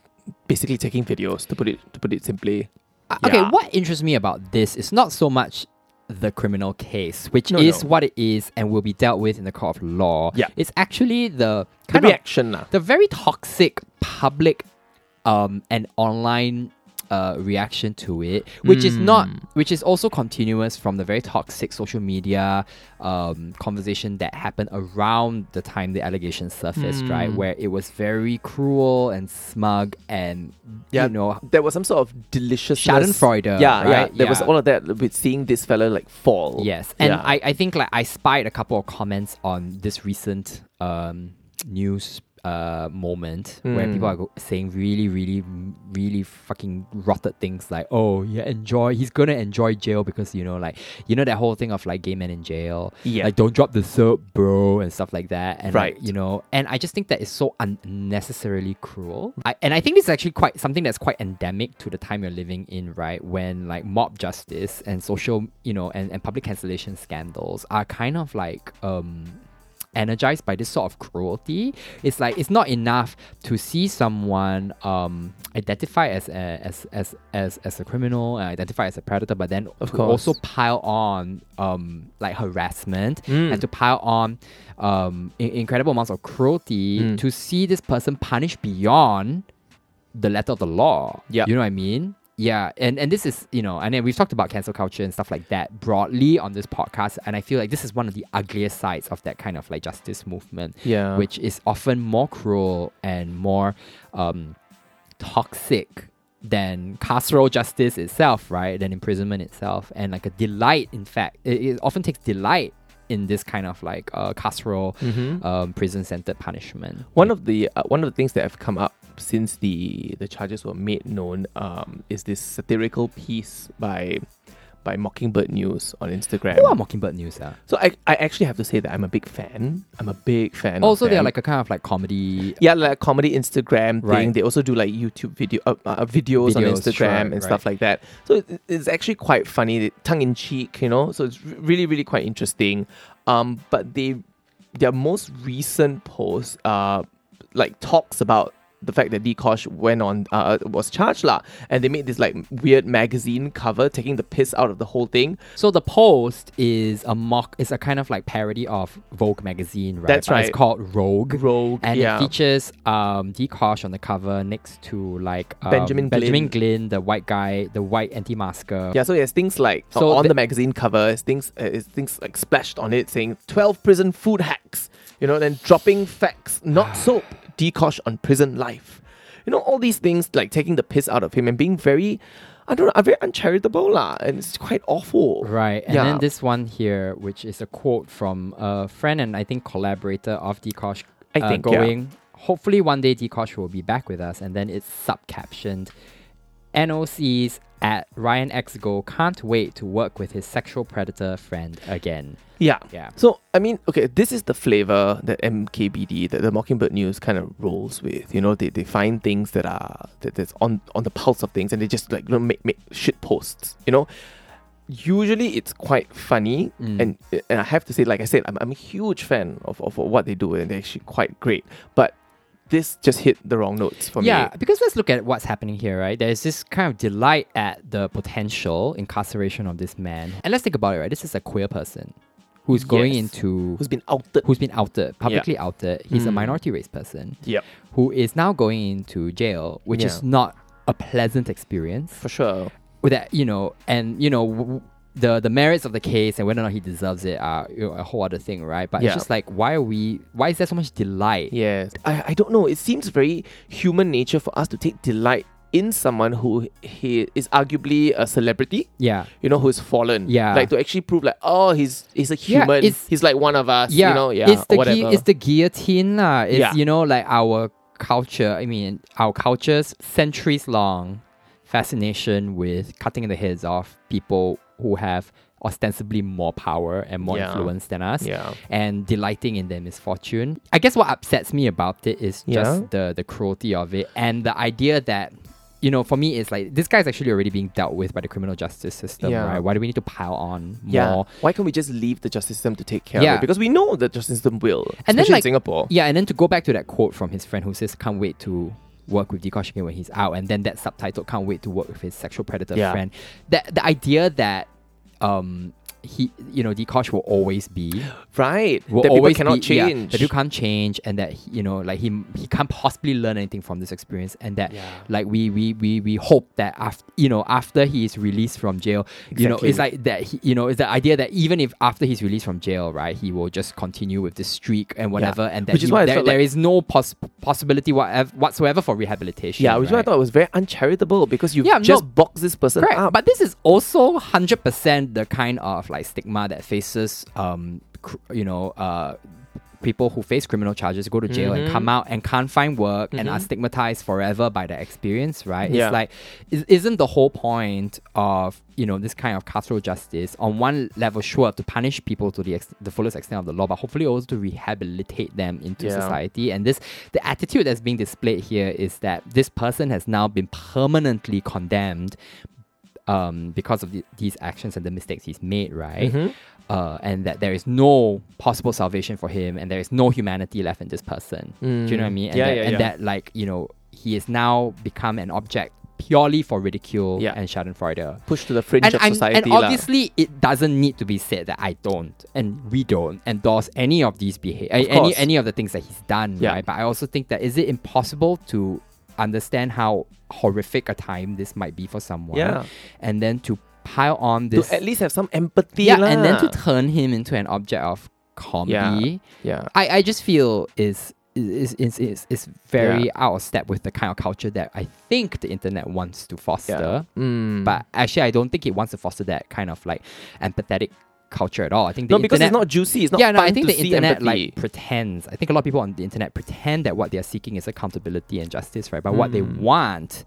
[SPEAKER 2] basically taking videos to put it to put it simply.
[SPEAKER 1] Uh, Okay,
[SPEAKER 2] Yeah.
[SPEAKER 1] what interests me about this is not so much the criminal case, which
[SPEAKER 2] No,
[SPEAKER 1] is
[SPEAKER 2] no.
[SPEAKER 1] what it is and will be dealt with in the court of law.
[SPEAKER 2] Yeah.
[SPEAKER 1] It's actually the
[SPEAKER 2] The
[SPEAKER 1] kind of
[SPEAKER 2] reaction lah.
[SPEAKER 1] the very toxic public um, and online uh, reaction to it, which is not,
[SPEAKER 2] Hmm.
[SPEAKER 1] which is also continuous from the very toxic social media um, conversation that happened around the time the allegations surfaced,
[SPEAKER 2] Hmm.
[SPEAKER 1] right? Where it was very cruel and smug and,
[SPEAKER 2] Yeah.
[SPEAKER 1] you know,
[SPEAKER 2] There was some sort of delicious
[SPEAKER 1] Schadenfreude,
[SPEAKER 2] Yeah, yeah. There
[SPEAKER 1] right?
[SPEAKER 2] was
[SPEAKER 1] Yeah.
[SPEAKER 2] all of that with seeing this fella like fall.
[SPEAKER 1] Yes, and
[SPEAKER 2] Yeah.
[SPEAKER 1] I, I think like I spied a couple of comments on this recent um, news uh, moment where
[SPEAKER 2] Mm.
[SPEAKER 1] people are go- saying really, really, really fucking rotted things like, oh yeah, enjoy. He's gonna enjoy jail because you know, like you know that whole thing of like gay men in jail,
[SPEAKER 2] Yeah.
[SPEAKER 1] like don't drop the soap, bro, and stuff like that, and like,
[SPEAKER 2] Right.
[SPEAKER 1] you know, and I just think that is so unnecessarily cruel. I, and I think this is actually quite something that's quite endemic to the time you're living in, right? When like mob justice and social, you know, and, and public cancellation scandals are kind of like um energized by this sort of cruelty. It's like it's not enough to see someone um identify as a, as, as as as a criminal, uh, identify as a predator, but then
[SPEAKER 2] Of
[SPEAKER 1] to
[SPEAKER 2] course.
[SPEAKER 1] also pile on um like harassment and to pile on um in- incredible amounts of cruelty to see this person punished beyond the letter of the law.
[SPEAKER 2] Yup.
[SPEAKER 1] You know what I mean? Yeah, and, and this is, you know, and then we've talked about cancel culture and stuff like that broadly on this podcast, and I feel like this is one of the ugliest sides of that kind of like justice movement,
[SPEAKER 2] Yeah.
[SPEAKER 1] which is often more cruel and more um, toxic than carceral justice itself, right? Than imprisonment itself, and like a delight, in fact, it, it often takes delight in this kind of like uh, carceral,
[SPEAKER 2] Mm-hmm.
[SPEAKER 1] um, prison-centered punishment.
[SPEAKER 2] One of the uh, one of the things that have come up since the the charges were made known um, is this satirical piece by by Mockingbird News on Instagram.
[SPEAKER 1] Who are Mockingbird News? Ah?
[SPEAKER 2] so I, I actually have to say that I'm a big fan. I'm a big fan.
[SPEAKER 1] Also,
[SPEAKER 2] of
[SPEAKER 1] they're
[SPEAKER 2] them.
[SPEAKER 1] like a kind of like comedy
[SPEAKER 2] yeah, like comedy Instagram thing.
[SPEAKER 1] Right.
[SPEAKER 2] They also do like YouTube video uh, uh, videos, on
[SPEAKER 1] Videos,
[SPEAKER 2] Instagram
[SPEAKER 1] right,
[SPEAKER 2] and
[SPEAKER 1] right.
[SPEAKER 2] stuff like that. So it, it's actually quite funny, tongue in cheek, you know. So it's re- really, really quite interesting. Um, but they their most recent post uh like talks about the fact that Dikosh went on uh, was charged lah, and they made this like weird magazine cover taking the piss out of the whole thing.
[SPEAKER 1] So the post is a mock. It's a kind of like parody of Vogue magazine, right?
[SPEAKER 2] That's
[SPEAKER 1] But
[SPEAKER 2] right.
[SPEAKER 1] It's called Rogue.
[SPEAKER 2] Rogue,
[SPEAKER 1] And
[SPEAKER 2] yeah.
[SPEAKER 1] it features um, Dikosh on the cover next to like um,
[SPEAKER 2] Benjamin Glynn.
[SPEAKER 1] Benjamin Glynn, the white guy, the white anti-masker.
[SPEAKER 2] Yeah, so it has things like
[SPEAKER 1] So
[SPEAKER 2] on the,
[SPEAKER 1] the-
[SPEAKER 2] magazine cover, it's things uh, it's things like splashed on it saying 12 prison food hacks, you know, then dropping facts, not soap, decosh on prison life. You know, all these things like taking the piss out of him and being very I don't know, uh, very uncharitable lah, and it's quite awful.
[SPEAKER 1] Right. And
[SPEAKER 2] Yeah.
[SPEAKER 1] then this one here, which is a quote from a friend and I think collaborator of Dikosh
[SPEAKER 2] I think, yeah.
[SPEAKER 1] going. Hopefully one day Dikosh will be back with us. And then it's subcaptioned NOCs at Ryan X Go can't wait to work with his sexual predator friend again.
[SPEAKER 2] Yeah.
[SPEAKER 1] Yeah.
[SPEAKER 2] So I mean, okay, this is the flavor that MKBD, that the Mockingbird News kind of rolls with. You know, they, they find things that are that, that's on on the pulse of things, and they just like you know, make make shit posts. You know, usually it's quite funny, and and I have to say, like I said, I'm, I'm a huge fan of, of what they do, and they're actually quite great. But this just hit the wrong notes for
[SPEAKER 1] yeah,
[SPEAKER 2] me.
[SPEAKER 1] because let's look at what's happening here, right? There's this kind of delight at the potential incarceration of this man. And let's think about it, right? This is a queer person who's going
[SPEAKER 2] Yes.
[SPEAKER 1] into
[SPEAKER 2] Who's been outed?
[SPEAKER 1] who's been outed, publicly outed. He's a
[SPEAKER 2] Mm.
[SPEAKER 1] minority race person
[SPEAKER 2] Yep,
[SPEAKER 1] who is now going into jail, which is
[SPEAKER 2] Yeah.
[SPEAKER 1] not a pleasant experience.
[SPEAKER 2] for sure.
[SPEAKER 1] With That you know, and you know. W- w- the, the merits of the case and whether or not he deserves it are you know, a whole other thing, right? But
[SPEAKER 2] Yeah.
[SPEAKER 1] it's just like why are we why is there so much delight?
[SPEAKER 2] Yes. I, I don't know. It seems very human nature for us to take delight in someone who he is arguably a celebrity,
[SPEAKER 1] Yeah.
[SPEAKER 2] you know, who's fallen.
[SPEAKER 1] Yeah.
[SPEAKER 2] Like to actually prove like, oh, he's he's a
[SPEAKER 1] Yeah,
[SPEAKER 2] human.
[SPEAKER 1] it's-
[SPEAKER 2] he's like one of us.
[SPEAKER 1] yeah,
[SPEAKER 2] You know, yeah.
[SPEAKER 1] it's the
[SPEAKER 2] or whatever.
[SPEAKER 1] Gui- it's the guillotine lah. It's
[SPEAKER 2] Yeah.
[SPEAKER 1] you know like our culture. I mean, our culture's centuries long fascination with cutting the heads off people who have ostensibly more power and more
[SPEAKER 2] Yeah.
[SPEAKER 1] influence than us.
[SPEAKER 2] yeah.
[SPEAKER 1] And delighting in their misfortune. I guess what upsets me about it is
[SPEAKER 2] Yeah.
[SPEAKER 1] just the the cruelty of it and the idea that you know, for me, it's like this guy's actually already being dealt with by the criminal justice system,
[SPEAKER 2] Yeah.
[SPEAKER 1] right? Why do we need to pile on more?
[SPEAKER 2] Yeah. Why can't we just leave the justice system to take care of
[SPEAKER 1] Yeah.
[SPEAKER 2] it? Because we know the justice system will.
[SPEAKER 1] And then,
[SPEAKER 2] especially in
[SPEAKER 1] like-
[SPEAKER 2] Singapore.
[SPEAKER 1] Yeah, and then to go back to that quote from his friend who says, "Can't wait to work with Dikosh again when he's out," and then that subtitle, "Can't wait to work with his sexual predator
[SPEAKER 2] Yeah.
[SPEAKER 1] friend." That the idea that um he you know Dikosh will always be
[SPEAKER 2] Right.
[SPEAKER 1] will
[SPEAKER 2] that people
[SPEAKER 1] always
[SPEAKER 2] cannot
[SPEAKER 1] be- yeah,
[SPEAKER 2] change.
[SPEAKER 1] that you can't change, and that he- you know like he he can't possibly learn anything from this experience, and that
[SPEAKER 2] Yeah.
[SPEAKER 1] like we we we we hope that after you know after he is released from jail, you know
[SPEAKER 2] Exactly.
[SPEAKER 1] it's like that he, you know it's the idea that even if after he's released from jail, right, he will just continue with this streak and whatever, and that
[SPEAKER 2] Which is
[SPEAKER 1] he-
[SPEAKER 2] why I
[SPEAKER 1] there,
[SPEAKER 2] felt
[SPEAKER 1] there
[SPEAKER 2] like-
[SPEAKER 1] is no pos- possibility whatever, whatsoever for rehabilitation.
[SPEAKER 2] yeah, which is why I
[SPEAKER 1] right?
[SPEAKER 2] thought it was very uncharitable because you
[SPEAKER 1] Yeah,
[SPEAKER 2] have
[SPEAKER 1] I'm
[SPEAKER 2] just
[SPEAKER 1] not-
[SPEAKER 2] boxed this person
[SPEAKER 1] Correct.
[SPEAKER 2] up.
[SPEAKER 1] But this is also hundred percent the kind of like stigma that faces, um, cr- you know, uh, people who face criminal charges go to jail
[SPEAKER 2] Mm-hmm.
[SPEAKER 1] and come out and can't find work and are stigmatized forever by that experience. Right?
[SPEAKER 2] Yeah.
[SPEAKER 1] It's like, is isn't the whole point of you know this kind of carceral justice on one level, sure, to punish people to the ex- the fullest extent of the law, but hopefully also to rehabilitate them into
[SPEAKER 2] Yeah.
[SPEAKER 1] society. And this, the attitude that's being displayed here is that this person has now been permanently condemned um, because of the, these actions and the mistakes he's made, right?
[SPEAKER 2] Mm-hmm.
[SPEAKER 1] Uh, and that there is no possible salvation for him, and there is no humanity left in this person. Do you know what I mean? And,
[SPEAKER 2] Mm. Yeah,
[SPEAKER 1] that,
[SPEAKER 2] yeah,
[SPEAKER 1] and
[SPEAKER 2] yeah.
[SPEAKER 1] that, like, you know, he is now become an object purely for ridicule
[SPEAKER 2] Yeah.
[SPEAKER 1] and Schadenfreude.
[SPEAKER 2] Pushed to the fringe
[SPEAKER 1] And,
[SPEAKER 2] of
[SPEAKER 1] I'm-
[SPEAKER 2] society.
[SPEAKER 1] and
[SPEAKER 2] lah.
[SPEAKER 1] obviously, it doesn't need to be said that I don't and we don't endorse any of these behavior,
[SPEAKER 2] course.
[SPEAKER 1] any any of the things that he's done,
[SPEAKER 2] Yeah.
[SPEAKER 1] right? But I also think that is it impossible to understand how horrific a time this might be for someone.
[SPEAKER 2] Yeah.
[SPEAKER 1] And then to pile on
[SPEAKER 2] To
[SPEAKER 1] this
[SPEAKER 2] at least have some empathy.
[SPEAKER 1] yeah,
[SPEAKER 2] lah.
[SPEAKER 1] and then to turn him into an object of comedy.
[SPEAKER 2] yeah.
[SPEAKER 1] I, I just feel is is is is, is very out of step with the kind of culture that I think the internet wants to foster.
[SPEAKER 2] Mm.
[SPEAKER 1] But actually, I don't think it wants to foster that kind of like empathetic culture at all. I think the
[SPEAKER 2] no, because
[SPEAKER 1] internet,
[SPEAKER 2] it's not juicy. It's not
[SPEAKER 1] yeah, no, I
[SPEAKER 2] fun
[SPEAKER 1] think
[SPEAKER 2] to
[SPEAKER 1] the
[SPEAKER 2] see
[SPEAKER 1] internet
[SPEAKER 2] empathy.
[SPEAKER 1] like pretends. I think a lot of people on the internet pretend that what they are seeking is accountability and justice, right? But what they
[SPEAKER 2] Mm.
[SPEAKER 1] want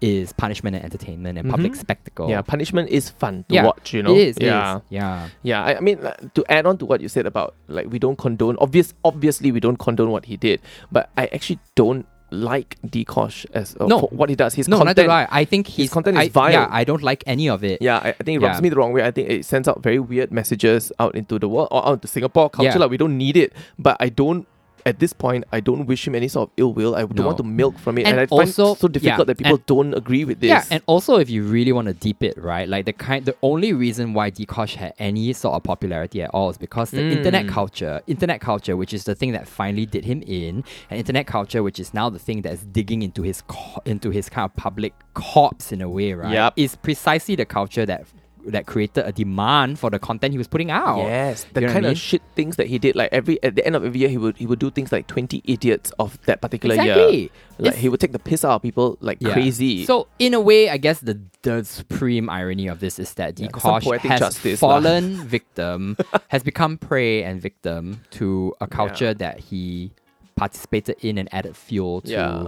[SPEAKER 1] is punishment and entertainment and public spectacle.
[SPEAKER 2] Mm-hmm. yeah, punishment is fun to
[SPEAKER 1] Oh. Yeah,
[SPEAKER 2] watch. You know,
[SPEAKER 1] It is. it is.
[SPEAKER 2] yeah,
[SPEAKER 1] Yeah.
[SPEAKER 2] yeah. I, I mean, like, to add on to what you said about like we don't condone. Obvious, obviously, we don't condone what he did. But I actually don't like Dikosh as uh,
[SPEAKER 1] No.
[SPEAKER 2] for what he does. His
[SPEAKER 1] No,
[SPEAKER 2] content,
[SPEAKER 1] not right. I think he's,
[SPEAKER 2] content is
[SPEAKER 1] I,
[SPEAKER 2] vile.
[SPEAKER 1] Yeah, I don't like any of it.
[SPEAKER 2] Yeah, I, I think it
[SPEAKER 1] Yeah.
[SPEAKER 2] rubs me the wrong way. I think it sends out very weird messages out into the world or out into Singapore culture.
[SPEAKER 1] Yeah.
[SPEAKER 2] Like we don't need it, but I don't. At this point, I don't wish him any sort of ill will. I don't
[SPEAKER 1] No.
[SPEAKER 2] want to milk from it,
[SPEAKER 1] And
[SPEAKER 2] and, I
[SPEAKER 1] also-
[SPEAKER 2] find it so difficult
[SPEAKER 1] yeah,
[SPEAKER 2] that people
[SPEAKER 1] and-
[SPEAKER 2] don't agree with this.
[SPEAKER 1] Yeah, and also if you really want to deep it, right? Like the kind, the only reason why Dikosh had any sort of popularity at all is because
[SPEAKER 2] Mm.
[SPEAKER 1] the internet culture, internet culture, which is the thing that finally did him in, and internet culture, which is now the thing that's digging into his co- into his kind of public corpse in a way, right?
[SPEAKER 2] Yup.
[SPEAKER 1] is precisely the culture that that created a demand for the content he was putting out.
[SPEAKER 2] Yes,
[SPEAKER 1] You
[SPEAKER 2] the
[SPEAKER 1] know what I
[SPEAKER 2] kind
[SPEAKER 1] mean?
[SPEAKER 2] of shit things that he did. Like every at the end of every year, he would he would do things like twenty idiots of that particular
[SPEAKER 1] Exactly.
[SPEAKER 2] year. Like
[SPEAKER 1] It's-
[SPEAKER 2] he would take the piss out of people like
[SPEAKER 1] Yeah.
[SPEAKER 2] crazy.
[SPEAKER 1] So in a way, I guess the the supreme irony of this is that
[SPEAKER 2] there's some
[SPEAKER 1] Dikosh
[SPEAKER 2] poetic
[SPEAKER 1] has
[SPEAKER 2] justice lah.
[SPEAKER 1] fallen victim, has become prey and victim to a culture that he participated in and added fuel to,
[SPEAKER 2] Yeah.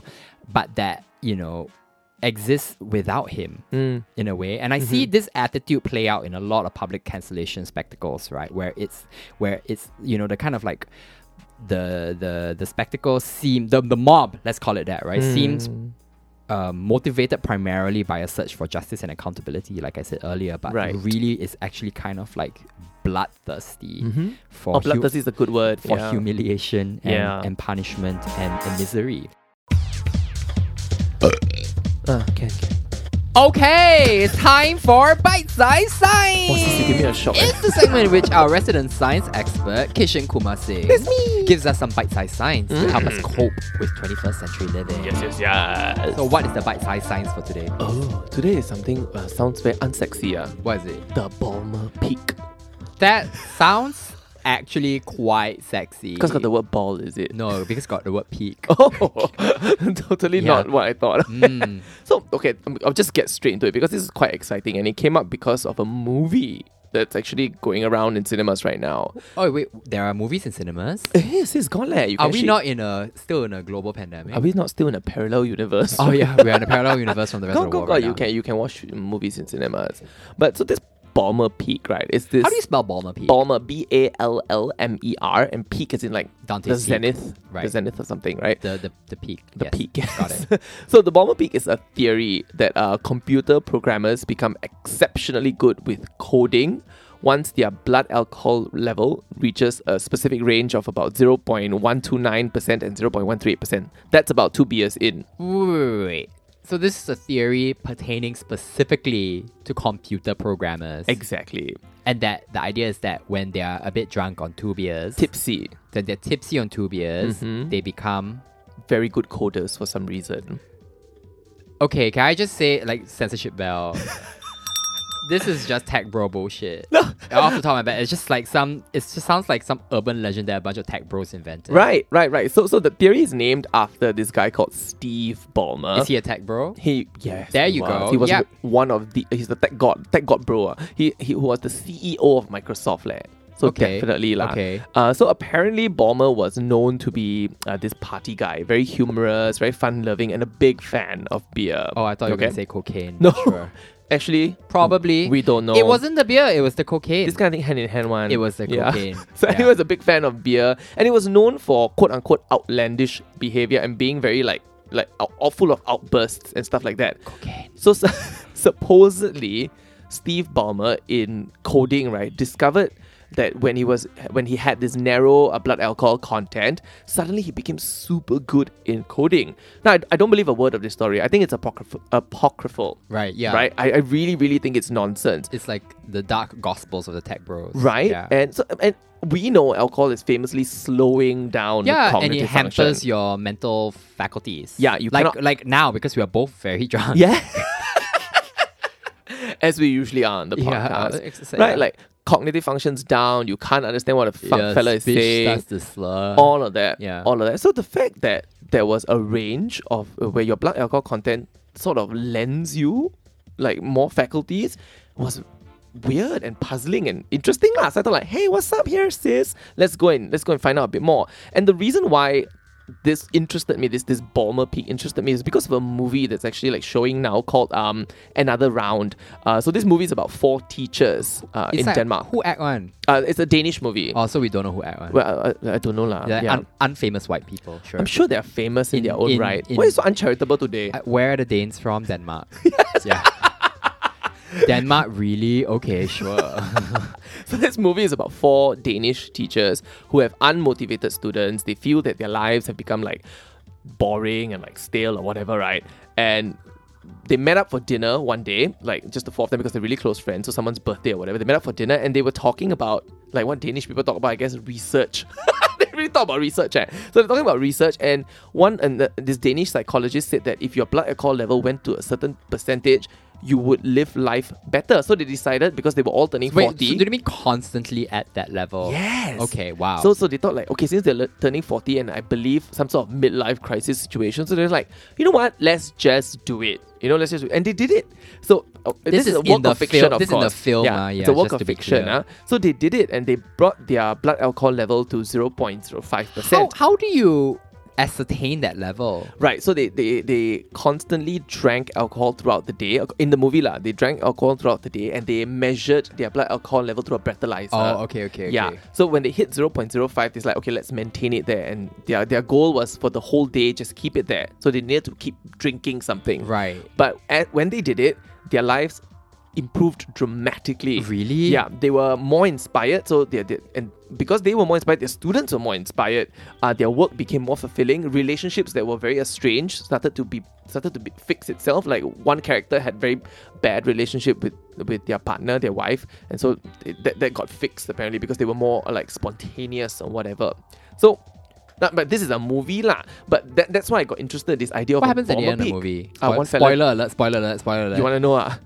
[SPEAKER 1] but that you know exists without him
[SPEAKER 2] Mm. Mm-hmm.
[SPEAKER 1] in a way. And I see this attitude play out in a lot of public cancellation spectacles, right? Where it's where it's you know the kind of like the the the spectacle seem the the mob let's call it that
[SPEAKER 2] mm.
[SPEAKER 1] right seems um, motivated primarily by a search for justice and accountability, like I said earlier, but
[SPEAKER 2] Right.
[SPEAKER 1] really is actually kind of like bloodthirsty for
[SPEAKER 2] Oh,
[SPEAKER 1] hu-
[SPEAKER 2] bloodthirsty is a good word
[SPEAKER 1] for
[SPEAKER 2] yeah.
[SPEAKER 1] humiliation and,
[SPEAKER 2] Yeah.
[SPEAKER 1] and punishment and, and misery.
[SPEAKER 2] Ah, can, can.
[SPEAKER 1] Okay, it's time for bite size science.
[SPEAKER 2] Oh, sis, you give me a shock.
[SPEAKER 1] It's the segment in which our resident science expert Kishan Kumar Singh gives us some bite-sized science to help us cope with 21st century living.
[SPEAKER 2] Yes, yes, yes.
[SPEAKER 1] So, what is the bite-sized science for today?
[SPEAKER 2] oh, today is something uh, sounds very unsexy. Ah,
[SPEAKER 1] What is it?
[SPEAKER 2] The Balmer Peak.
[SPEAKER 1] That sounds actually quite sexy.
[SPEAKER 2] Because got the word ball, is it?
[SPEAKER 1] no, because got the word peak.
[SPEAKER 2] Oh, totally
[SPEAKER 1] Yeah.
[SPEAKER 2] not what I thought.
[SPEAKER 1] Mm.
[SPEAKER 2] So okay, um, I'll just get straight into it because this is quite exciting, and it came up because of a movie that's actually going around in cinemas right now.
[SPEAKER 1] Oh wait, there are movies in cinemas.
[SPEAKER 2] It is, it's gone leh. You can
[SPEAKER 1] Are we
[SPEAKER 2] actually-
[SPEAKER 1] not in a still in a global pandemic?
[SPEAKER 2] Are we not still in a parallel universe?
[SPEAKER 1] Oh yeah, we're in a parallel universe from the rest
[SPEAKER 2] go
[SPEAKER 1] of the
[SPEAKER 2] go
[SPEAKER 1] world.
[SPEAKER 2] go!
[SPEAKER 1] right
[SPEAKER 2] You
[SPEAKER 1] now.
[SPEAKER 2] can you can watch movies in cinemas, but so this Balmer Peak, right? Is this
[SPEAKER 1] How do you spell Balmer Peak?
[SPEAKER 2] Balmer B A L L M E R and Peak is in like
[SPEAKER 1] Dante's
[SPEAKER 2] the
[SPEAKER 1] Peak.
[SPEAKER 2] zenith, the
[SPEAKER 1] Right.
[SPEAKER 2] zenith of something, right?
[SPEAKER 1] the, the the peak.
[SPEAKER 2] the
[SPEAKER 1] yes.
[SPEAKER 2] peak.
[SPEAKER 1] Got it.
[SPEAKER 2] so the Balmer peak is a theory that uh, computer programmers become exceptionally good with coding once their blood alcohol level reaches a specific range of about 0.129% and 0.13%. That's about 2 beers in.
[SPEAKER 1] Wait, wait, wait, wait. So this is a theory pertaining specifically to computer programmers,
[SPEAKER 2] Exactly.
[SPEAKER 1] and that the idea is that when they are a bit drunk on two beers,
[SPEAKER 2] Tipsy.
[SPEAKER 1] when they're tipsy on two beers,
[SPEAKER 2] Mm-hmm.
[SPEAKER 1] they become
[SPEAKER 2] Very good coders for some reason.
[SPEAKER 1] Okay, can I just say like censorship bell? this is just tech bro bullshit. Off the top of my head, it's just like some. It just sounds like some urban legend that a bunch of tech bros invented.
[SPEAKER 2] Right, right, right. So so the theory is named after this guy called Steve Ballmer.
[SPEAKER 1] Is he a tech bro?
[SPEAKER 2] He yes.
[SPEAKER 1] There
[SPEAKER 2] he
[SPEAKER 1] you
[SPEAKER 2] was.
[SPEAKER 1] go.
[SPEAKER 2] He was
[SPEAKER 1] Yep.
[SPEAKER 2] one of the. He's the tech god, tech god bro. ah. He he who was the CEO of Microsoft leh. So
[SPEAKER 1] Okay.
[SPEAKER 2] definitely lah.
[SPEAKER 1] Okay.
[SPEAKER 2] Uh, so apparently Balmer was known to be uh, this party guy, very humorous, very fun loving, and a big fan of beer.
[SPEAKER 1] Oh, I thought you were
[SPEAKER 2] Okay.
[SPEAKER 1] gonna say cocaine.
[SPEAKER 2] No.
[SPEAKER 1] sure.
[SPEAKER 2] Actually,
[SPEAKER 1] probably.
[SPEAKER 2] we don't know.
[SPEAKER 1] It wasn't the beer. It was the cocaine.
[SPEAKER 2] This kind of thing hand in hand one.
[SPEAKER 1] It was the
[SPEAKER 2] Yeah.
[SPEAKER 1] cocaine.
[SPEAKER 2] so
[SPEAKER 1] Yeah.
[SPEAKER 2] he was a big fan of beer, and he was known for quote unquote outlandish behavior and being very like like out, out- full of outbursts and stuff like that.
[SPEAKER 1] cocaine.
[SPEAKER 2] So su- supposedly, Steve Ballmer in coding right discovered that when he was when he had this narrow uh, blood alcohol content, suddenly he became super good in coding. Now I, I don't believe a word of this story. I think it's apocryphal. apocryphal
[SPEAKER 1] Right, yeah.
[SPEAKER 2] Right. I, I really really think it's nonsense.
[SPEAKER 1] It's like the dark gospels of the tech bros.
[SPEAKER 2] Right.
[SPEAKER 1] Yeah.
[SPEAKER 2] And so and we know alcohol is famously slowing down
[SPEAKER 1] yeah, and
[SPEAKER 2] cognitive
[SPEAKER 1] it hampers
[SPEAKER 2] function.
[SPEAKER 1] your mental faculties.
[SPEAKER 2] Yeah, you
[SPEAKER 1] like
[SPEAKER 2] cannot-
[SPEAKER 1] like now because we are both very drunk.
[SPEAKER 2] Yeah. As we usually are on the
[SPEAKER 1] Yeah,
[SPEAKER 2] podcast.
[SPEAKER 1] it's-
[SPEAKER 2] right?
[SPEAKER 1] yeah.
[SPEAKER 2] Like cognitive functions down, you can't understand what a fuck
[SPEAKER 1] Your
[SPEAKER 2] fella is
[SPEAKER 1] speech
[SPEAKER 2] saying.
[SPEAKER 1] starts to slur.
[SPEAKER 2] All of that.
[SPEAKER 1] Uh-huh. Yeah.
[SPEAKER 2] All of that. So the fact that there was a range of uh, where your blood alcohol content sort of lends you like more faculties was weird and puzzling and interesting lah. So I thought like, hey, what's up here, sis? Let's go and let's go and find out a bit more. And the reason why this interested me, this this Balmer Peak interested me, is because of a movie that's actually like showing now called um Another Round. Uh, so this movie is about four teachers uh,
[SPEAKER 1] It's
[SPEAKER 2] in
[SPEAKER 1] like,
[SPEAKER 2] Denmark.
[SPEAKER 1] Who act one?
[SPEAKER 2] Uh, it's a Danish movie.
[SPEAKER 1] Oh, so we don't know who act one.
[SPEAKER 2] Well, I, I don't know lah.
[SPEAKER 1] They're like
[SPEAKER 2] Yeah.
[SPEAKER 1] Un- unfamous white people. Sure.
[SPEAKER 2] I'm sure they're famous in,
[SPEAKER 1] In-
[SPEAKER 2] their own
[SPEAKER 1] in-
[SPEAKER 2] right.
[SPEAKER 1] in-
[SPEAKER 2] Why is so uncharitable today?
[SPEAKER 1] Uh, Where are the Danes from? Denmark. Yeah. Denmark, really? Okay, sure.
[SPEAKER 2] So this movie is about four Danish teachers who have unmotivated students. They feel that their lives have become like boring and like stale or whatever, right? And they met up for dinner one day, like just the four of them because they're really close friends, so someone's birthday or whatever. They met up for dinner and they were talking about like what Danish people talk about, I guess, research. they really talk about research, eh? So they're talking about research and one and the, this Danish psychologist said that if your blood alcohol level went to a certain percentage, you would live life better. So they decided because they were all turning
[SPEAKER 1] Wait, so
[SPEAKER 2] 40.
[SPEAKER 1] do you mean constantly at that level?
[SPEAKER 2] Yes.
[SPEAKER 1] Okay, wow.
[SPEAKER 2] So so they thought like, okay, since they're le- turning 40 and I believe some sort of midlife crisis situation, so they're like, you know what? Let's just do it. You know, let's just do it. and they did it. So uh, this,
[SPEAKER 1] This
[SPEAKER 2] is a
[SPEAKER 1] is in
[SPEAKER 2] work
[SPEAKER 1] the
[SPEAKER 2] of fiction,
[SPEAKER 1] film-
[SPEAKER 2] of
[SPEAKER 1] this is in
[SPEAKER 2] course.
[SPEAKER 1] the film,
[SPEAKER 2] yeah,
[SPEAKER 1] ah,
[SPEAKER 2] it's
[SPEAKER 1] yeah,
[SPEAKER 2] a work
[SPEAKER 1] just
[SPEAKER 2] of
[SPEAKER 1] to be
[SPEAKER 2] fiction.
[SPEAKER 1] clear.
[SPEAKER 2] ah. So they did it, and they brought their blood alcohol level to 0.05
[SPEAKER 1] how,
[SPEAKER 2] percent.
[SPEAKER 1] how do you ascertain that level?
[SPEAKER 2] Right, so they, they they constantly drank alcohol throughout the day. In the movie, lah, they drank alcohol throughout the day and they measured their blood alcohol level through a breathalyzer.
[SPEAKER 1] Oh, okay, okay, okay.
[SPEAKER 2] Yeah. So when they hit 0.05, it's like, okay, let's maintain it there. And their, their goal was for the whole day, just keep it there. So they needed to keep drinking something.
[SPEAKER 1] Right.
[SPEAKER 2] But at, when they did it, their lives improved dramatically.
[SPEAKER 1] Really?
[SPEAKER 2] Yeah. They were more inspired. So they did. And because they were more inspired, their students were more inspired. Uh, their work became more fulfilling. Relationships that were very estranged started to be started to be, fix itself. Like one character had very bad relationship with with their partner, their wife, and so it, that, that got fixed apparently because they were more uh, like spontaneous or whatever. So, uh, but this is a movie lah. But that, that's why I got interested in this idea of
[SPEAKER 1] What
[SPEAKER 2] a
[SPEAKER 1] happens at the
[SPEAKER 2] bomber
[SPEAKER 1] end of the
[SPEAKER 2] peak.
[SPEAKER 1] movie?
[SPEAKER 2] Uh,
[SPEAKER 1] Spoil-
[SPEAKER 2] one fella-
[SPEAKER 1] spoiler alert, spoiler alert, spoiler alert.
[SPEAKER 2] You want to know ah?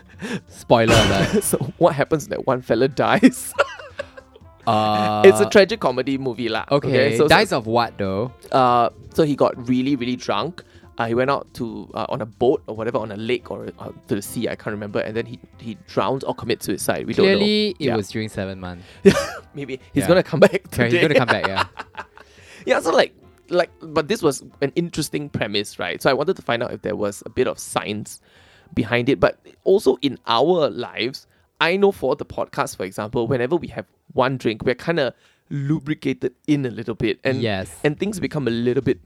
[SPEAKER 1] spoiler alert.
[SPEAKER 2] so what happens that one fella dies?
[SPEAKER 1] Uh,
[SPEAKER 2] it's a tragic comedy movie lah.
[SPEAKER 1] Okay,
[SPEAKER 2] so
[SPEAKER 1] dies of what though?
[SPEAKER 2] So, uh, so he got really really drunk. Uh, he went out to uh, on a boat or whatever on a lake or uh, to the sea. I can't remember. And then he he drowns or commits suicide. We don't know.
[SPEAKER 1] Clearly, it
[SPEAKER 2] Yeah.
[SPEAKER 1] was during seven months.
[SPEAKER 2] maybe he's
[SPEAKER 1] Yeah.
[SPEAKER 2] gonna come back
[SPEAKER 1] Okay,
[SPEAKER 2] today.
[SPEAKER 1] he's gonna come back. Yeah.
[SPEAKER 2] yeah. So like like but this was an interesting premise, right? So I wanted to find out if there was a bit of science behind it, but also in our lives. I know for the podcast, for example, whenever we have one drink, we're kind of lubricated in a little bit, and
[SPEAKER 1] yes.
[SPEAKER 2] and things become a little bit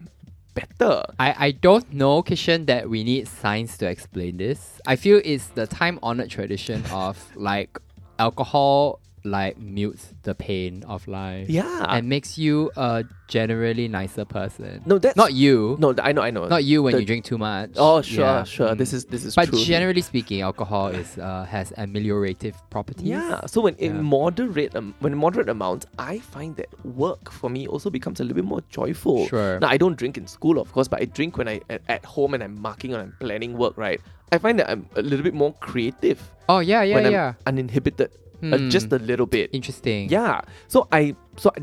[SPEAKER 2] better.
[SPEAKER 1] I, I don't know, Kishan, that we need science to explain this. I feel it's the time honored tradition of like alcohol like mutes the pain of life.
[SPEAKER 2] Yeah.
[SPEAKER 1] And makes you a generally nicer person.
[SPEAKER 2] no, that's
[SPEAKER 1] Not you.
[SPEAKER 2] No, I know, I know.
[SPEAKER 1] Not you when
[SPEAKER 2] the-
[SPEAKER 1] you drink too much.
[SPEAKER 2] Oh, sure,
[SPEAKER 1] Yeah.
[SPEAKER 2] sure.
[SPEAKER 1] Mm.
[SPEAKER 2] This is this is
[SPEAKER 1] But
[SPEAKER 2] true.
[SPEAKER 1] generally speaking, alcohol is uh, has ameliorative properties.
[SPEAKER 2] Yeah. So when
[SPEAKER 1] Yeah.
[SPEAKER 2] in moderate, um, when in moderate amounts, I find that work for me also becomes a little bit more joyful.
[SPEAKER 1] Sure.
[SPEAKER 2] Now I don't drink in school, of course, but I drink when I at, at home and I'm marking and I'm planning work. Right. I find that I'm a little bit more creative
[SPEAKER 1] Oh yeah, yeah,
[SPEAKER 2] when I'm
[SPEAKER 1] yeah.
[SPEAKER 2] uninhibited, uh,
[SPEAKER 1] Hmm.
[SPEAKER 2] just a little bit.
[SPEAKER 1] Interesting.
[SPEAKER 2] Yeah. So I so I,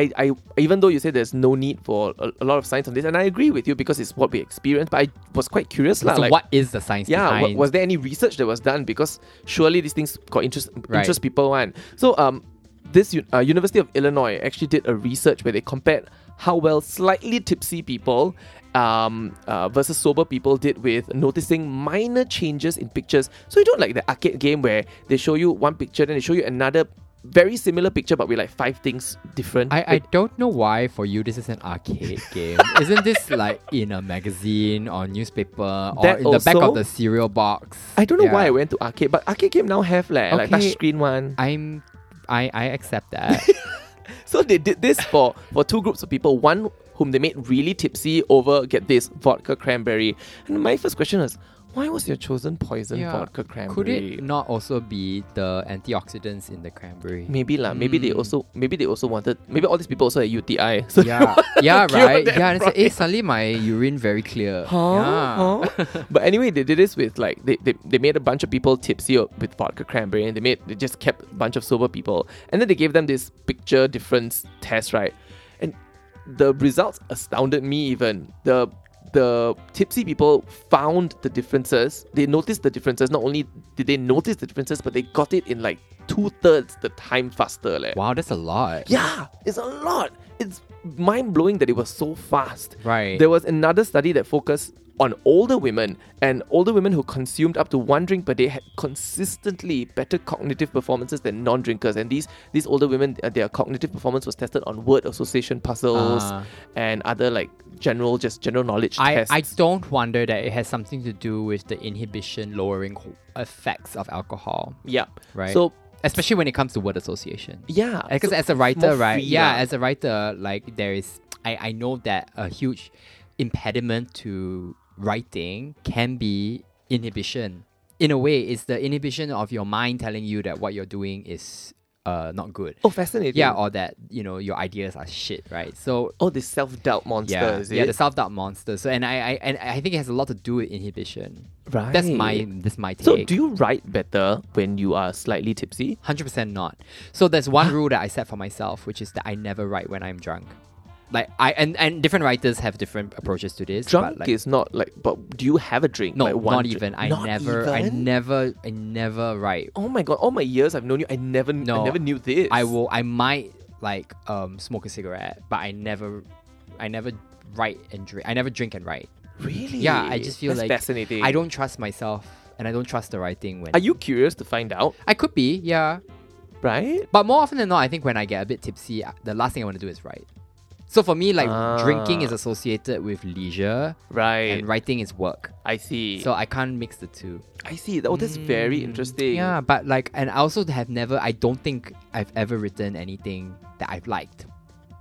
[SPEAKER 2] I, I even though you say there's no need for a, a lot of science on this, and I agree with you because it's what we experience. But I was quite curious,
[SPEAKER 1] So
[SPEAKER 2] lah, like,
[SPEAKER 1] what is the science
[SPEAKER 2] yeah, wa-
[SPEAKER 1] behind?
[SPEAKER 2] was there any research that was done? Because surely these things got interest
[SPEAKER 1] Right.
[SPEAKER 2] interest people one. So um, this u- uh, University of Illinois actually did a research where they compared how well slightly tipsy people um, uh, versus sober people did with noticing minor changes in pictures. So you don't like the arcade game where they show you one picture then they show you another very similar picture but with like five things different.
[SPEAKER 1] I, I don't know why for you this is an arcade game. Isn't this like in a magazine or newspaper or
[SPEAKER 2] That
[SPEAKER 1] in the back of
[SPEAKER 2] also?
[SPEAKER 1] the cereal box?
[SPEAKER 2] I don't know why I
[SPEAKER 1] Yeah.
[SPEAKER 2] went to arcade, but arcade game now have leh,
[SPEAKER 1] Okay.
[SPEAKER 2] like touch screen one.
[SPEAKER 1] I'm I, I accept that.
[SPEAKER 2] So they did this for, for two groups of people. One whom they made really tipsy over, get this, vodka cranberry. And my first question is, why was your chosen poison
[SPEAKER 1] Yeah.
[SPEAKER 2] vodka cranberry?
[SPEAKER 1] Could it not also be the antioxidants in the cranberry?
[SPEAKER 2] Maybe lah. Maybe
[SPEAKER 1] Hmm.
[SPEAKER 2] they also maybe they also wanted maybe all these people also had UTI. So
[SPEAKER 1] Yeah, yeah,
[SPEAKER 2] cure
[SPEAKER 1] right.
[SPEAKER 2] them
[SPEAKER 1] Yeah, and it's like,
[SPEAKER 2] from
[SPEAKER 1] eh, suddenly my urine very clear. yeah.
[SPEAKER 2] Huh? Huh? but anyway, they did this with like they, they, they made a bunch of people tipsy o- with vodka cranberry, and they made they just kept a bunch of sober people, and then they gave them this picture difference test, right? And the results astounded me. Even the the tipsy people found the differences. They noticed the differences. Not only did they notice the differences, but they got it in like two thirds the time faster. leh.
[SPEAKER 1] Wow, that's a lot.
[SPEAKER 2] Yeah, it's a lot. It's mind blowing that it was so fast.
[SPEAKER 1] Right.
[SPEAKER 2] There was another study that focused on older women, and older women who consumed up to one drink per day had consistently better cognitive performances than non-drinkers. And these these older women, uh, their cognitive performance was tested on word association puzzles
[SPEAKER 1] Ah.
[SPEAKER 2] and other like general just general knowledge
[SPEAKER 1] I,
[SPEAKER 2] tests.
[SPEAKER 1] I don't wonder that it has something to do with the inhibition lowering ho- effects of alcohol,
[SPEAKER 2] yeah.
[SPEAKER 1] right?
[SPEAKER 2] So
[SPEAKER 1] especially when it comes to word association.
[SPEAKER 2] yeah,
[SPEAKER 1] Uh, Because
[SPEAKER 2] so
[SPEAKER 1] as a
[SPEAKER 2] more
[SPEAKER 1] writer, right?
[SPEAKER 2] free
[SPEAKER 1] Yeah,
[SPEAKER 2] lah.
[SPEAKER 1] as a writer, like there is, I, I know that a huge impediment to writing can be inhibition. In a way, it's the inhibition of your mind telling you that what you're doing is uh, not good.
[SPEAKER 2] oh fascinating.
[SPEAKER 1] Yeah, or that, you know, your ideas are shit, right? So
[SPEAKER 2] oh this self doubt monster.
[SPEAKER 1] yeah,
[SPEAKER 2] is
[SPEAKER 1] yeah,
[SPEAKER 2] it?
[SPEAKER 1] the self doubt monster. So and I, I and I think it has a lot to do with inhibition.
[SPEAKER 2] right.
[SPEAKER 1] That's my that's my take.
[SPEAKER 2] So do you write better when you are slightly tipsy?
[SPEAKER 1] Hundred percent not. So there's one rule that I set for myself, which is that I never write when I'm drunk. Like I and, and different writers have different approaches to this.
[SPEAKER 2] Drunk
[SPEAKER 1] but like,
[SPEAKER 2] is not like. But do you have a drink?
[SPEAKER 1] no,
[SPEAKER 2] like one
[SPEAKER 1] not
[SPEAKER 2] drink?
[SPEAKER 1] even. I
[SPEAKER 2] Not
[SPEAKER 1] never, I
[SPEAKER 2] even?
[SPEAKER 1] never, I never write.
[SPEAKER 2] Oh my god! All my years I've known you, I never,
[SPEAKER 1] No,
[SPEAKER 2] I never knew this.
[SPEAKER 1] I will. I might like um smoke a cigarette, but I never, I never write and drink. I never drink and write.
[SPEAKER 2] Really?
[SPEAKER 1] Yeah, I just feel
[SPEAKER 2] That's
[SPEAKER 1] like
[SPEAKER 2] fascinating.
[SPEAKER 1] I don't trust myself, and I don't trust the writing when
[SPEAKER 2] Are you curious to find out?
[SPEAKER 1] I could be, yeah.
[SPEAKER 2] Right?
[SPEAKER 1] But more often than not, I think when I get a bit tipsy, I- the last thing I want to do is write. So for me, like drinking
[SPEAKER 2] Ah.
[SPEAKER 1] is associated with leisure
[SPEAKER 2] Right.
[SPEAKER 1] and writing is work.
[SPEAKER 2] I see.
[SPEAKER 1] So I can't mix the two.
[SPEAKER 2] I see. Oh, that's very interesting.
[SPEAKER 1] Yeah, but like, and I also have never, I don't think I've ever written anything that I've liked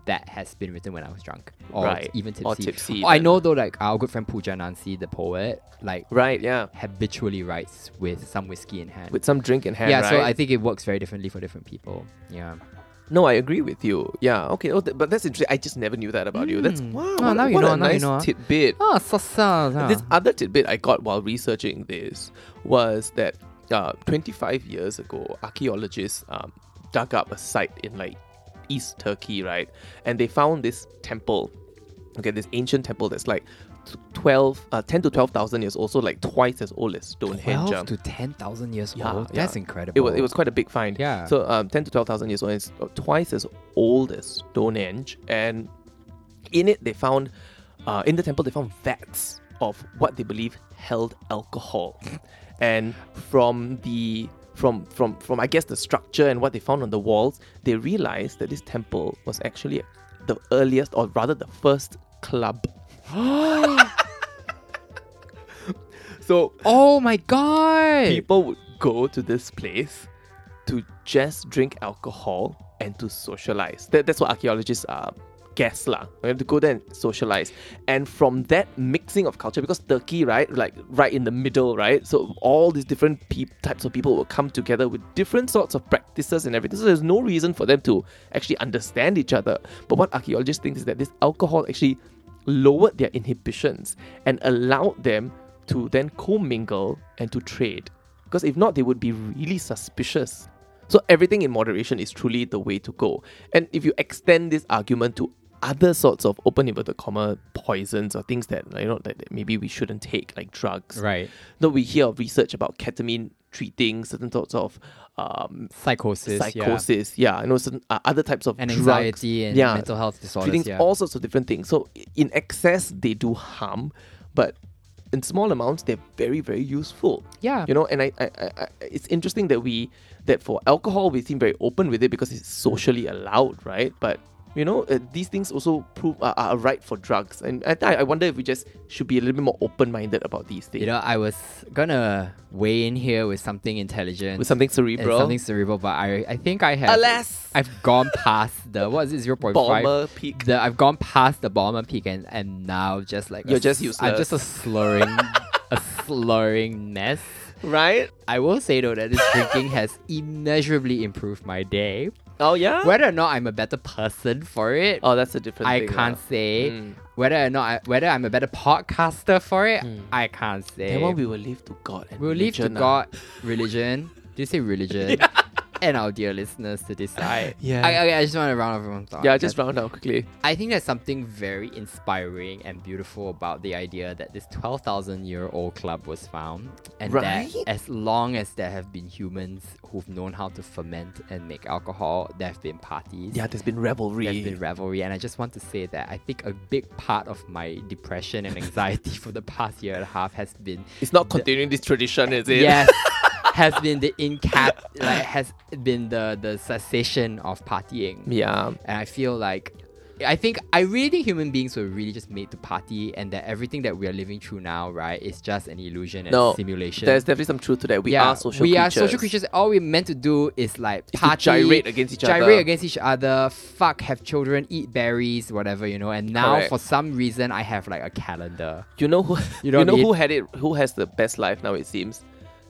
[SPEAKER 1] that has been written when I was drunk or
[SPEAKER 2] Right.
[SPEAKER 1] even tipsy. Oh,
[SPEAKER 2] Or tipsy
[SPEAKER 1] I
[SPEAKER 2] even.
[SPEAKER 1] know though, like our good friend Pooja Nancy, the poet, like
[SPEAKER 2] Right. Yeah.
[SPEAKER 1] habitually writes with some whiskey in hand.
[SPEAKER 2] With some drink in hand.
[SPEAKER 1] yeah, so
[SPEAKER 2] right?
[SPEAKER 1] I think it works very differently for different people. Yeah.
[SPEAKER 2] No, I agree with you. Yeah. Okay. Oh, th- but that's interesting. I just never knew that about you. That's
[SPEAKER 1] Mm.
[SPEAKER 2] wow.
[SPEAKER 1] Oh,
[SPEAKER 2] what-
[SPEAKER 1] now you
[SPEAKER 2] what
[SPEAKER 1] know,
[SPEAKER 2] a
[SPEAKER 1] now you
[SPEAKER 2] nice
[SPEAKER 1] know.
[SPEAKER 2] tidbit.
[SPEAKER 1] Oh, so, so, so.
[SPEAKER 2] This other tidbit I got while researching this was that uh, 25 years ago, archaeologists um, dug up a site in like East Turkey, right? And they found this temple, okay, this ancient temple that's like t- 12, uh, 10 to 12,000 years old, so like twice as old as Stonehenge.
[SPEAKER 1] 12
[SPEAKER 2] um,
[SPEAKER 1] to 10,000 years
[SPEAKER 2] Yeah,
[SPEAKER 1] old.
[SPEAKER 2] yeah.
[SPEAKER 1] That's incredible.
[SPEAKER 2] it was, it was quite a big find.
[SPEAKER 1] Yeah.
[SPEAKER 2] So um, 10 to 12,000 years old. and It's twice as old as Stonehenge. And in it, they found, uh, in the temple, they found vats of what they believe held alcohol. and from the from from from I guess the structure and what they found on the walls, they realized that this temple was actually the earliest, or rather, the first club. so
[SPEAKER 1] Oh my god.
[SPEAKER 2] people would go to this place to just drink alcohol and to socialize. That, that's what archaeologists uh, guess lah. We have to go there and socialize. And from that mixing of culture, because Turkey, right, like right in the middle, right, so all these different peop types of people will come together with different sorts of practices and everything. So there's no reason for them to actually understand each other. But what archaeologists think is that this alcohol actually lowered their inhibitions and allowed them to then commingle and to trade. Because if not, they would be really suspicious. So everything in moderation is truly the way to go. And if you extend this argument to other sorts of open inverted comma poisons or things that you know that that maybe we shouldn't take, like drugs.
[SPEAKER 1] Right.
[SPEAKER 2] Though we hear of research about ketamine treating certain sorts of um,
[SPEAKER 1] Psychosis. Yeah.
[SPEAKER 2] psychosis, yeah, I know certain uh, other types of
[SPEAKER 1] And
[SPEAKER 2] drugs.
[SPEAKER 1] anxiety and
[SPEAKER 2] yeah,
[SPEAKER 1] mental health
[SPEAKER 2] treating
[SPEAKER 1] disorders. Yeah.
[SPEAKER 2] all sorts of different things. So i- in excess, they do harm, but in small amounts, they're very very useful.
[SPEAKER 1] yeah.
[SPEAKER 2] You know, and I, I, I, I it's Mm. interesting that we that for alcohol we seem very open with it because it's socially allowed, right? But You know, uh, these things also prove are, are right for drugs, and I, I I wonder if we just should be a little bit more open-minded about these things.
[SPEAKER 1] You know, I was gonna weigh in here with something intelligent.
[SPEAKER 2] With something
[SPEAKER 1] and
[SPEAKER 2] cerebral,
[SPEAKER 1] something cerebral, but I, I think I have.
[SPEAKER 2] Alas!
[SPEAKER 1] I've gone past the what is it, zero point
[SPEAKER 2] bomber
[SPEAKER 1] five?
[SPEAKER 2] peak.
[SPEAKER 1] The I've gone past the bomber peak and and now just like a
[SPEAKER 2] You're just
[SPEAKER 1] s- I'm just a slurring, a slurring mess.
[SPEAKER 2] right?
[SPEAKER 1] I will say though that this drinking has immeasurably improved my day.
[SPEAKER 2] Oh yeah.
[SPEAKER 1] Whether or not I'm a better person for it,
[SPEAKER 2] oh, that's a different.
[SPEAKER 1] I
[SPEAKER 2] thing,
[SPEAKER 1] can't
[SPEAKER 2] lah.
[SPEAKER 1] say.
[SPEAKER 2] Mm.
[SPEAKER 1] Whether or not I, whether I'm a better podcaster for it, I can't say.
[SPEAKER 2] Hmm. Then what we will leave to God. And
[SPEAKER 1] We'll leave to
[SPEAKER 2] religion, ah.
[SPEAKER 1] God, religion. Do you say religion? And our dear listeners to decide.
[SPEAKER 2] Yeah.
[SPEAKER 1] I, I, I just want to round off one thought.
[SPEAKER 2] Yeah, just
[SPEAKER 1] That-
[SPEAKER 2] round out quickly.
[SPEAKER 1] I think there's something very inspiring and beautiful about the idea that this 12,000 year old club was found. And
[SPEAKER 2] Right?
[SPEAKER 1] that as long as there have been humans who've known how to ferment and make alcohol, there have been parties.
[SPEAKER 2] Yeah, there's been revelry.
[SPEAKER 1] There's been revelry, and I just want to say that I think a big part of my depression and anxiety for the past year and a half has been
[SPEAKER 2] it's not continuing this tradition, is it?
[SPEAKER 1] Yes. has been the incap like has been the the cessation of partying.
[SPEAKER 2] Yeah.
[SPEAKER 1] And I feel like I think I really think human beings were really just made to party and that everything that we are living through now, right, is just an illusion and
[SPEAKER 2] No,
[SPEAKER 1] simulation.
[SPEAKER 2] There's definitely some truth to that. We
[SPEAKER 1] Yeah,
[SPEAKER 2] are social
[SPEAKER 1] we
[SPEAKER 2] creatures.
[SPEAKER 1] are social creatures. All we're meant to do is like
[SPEAKER 2] to
[SPEAKER 1] party,
[SPEAKER 2] gyrate against each other.
[SPEAKER 1] gyrate against each other, fuck, have children, eat berries, whatever you know. And now,
[SPEAKER 2] Correct.
[SPEAKER 1] for some reason, I have like a calendar.
[SPEAKER 2] You know who?
[SPEAKER 1] You
[SPEAKER 2] You
[SPEAKER 1] know
[SPEAKER 2] know,
[SPEAKER 1] what I mean?
[SPEAKER 2] who had it? Who has the best life now? It seems.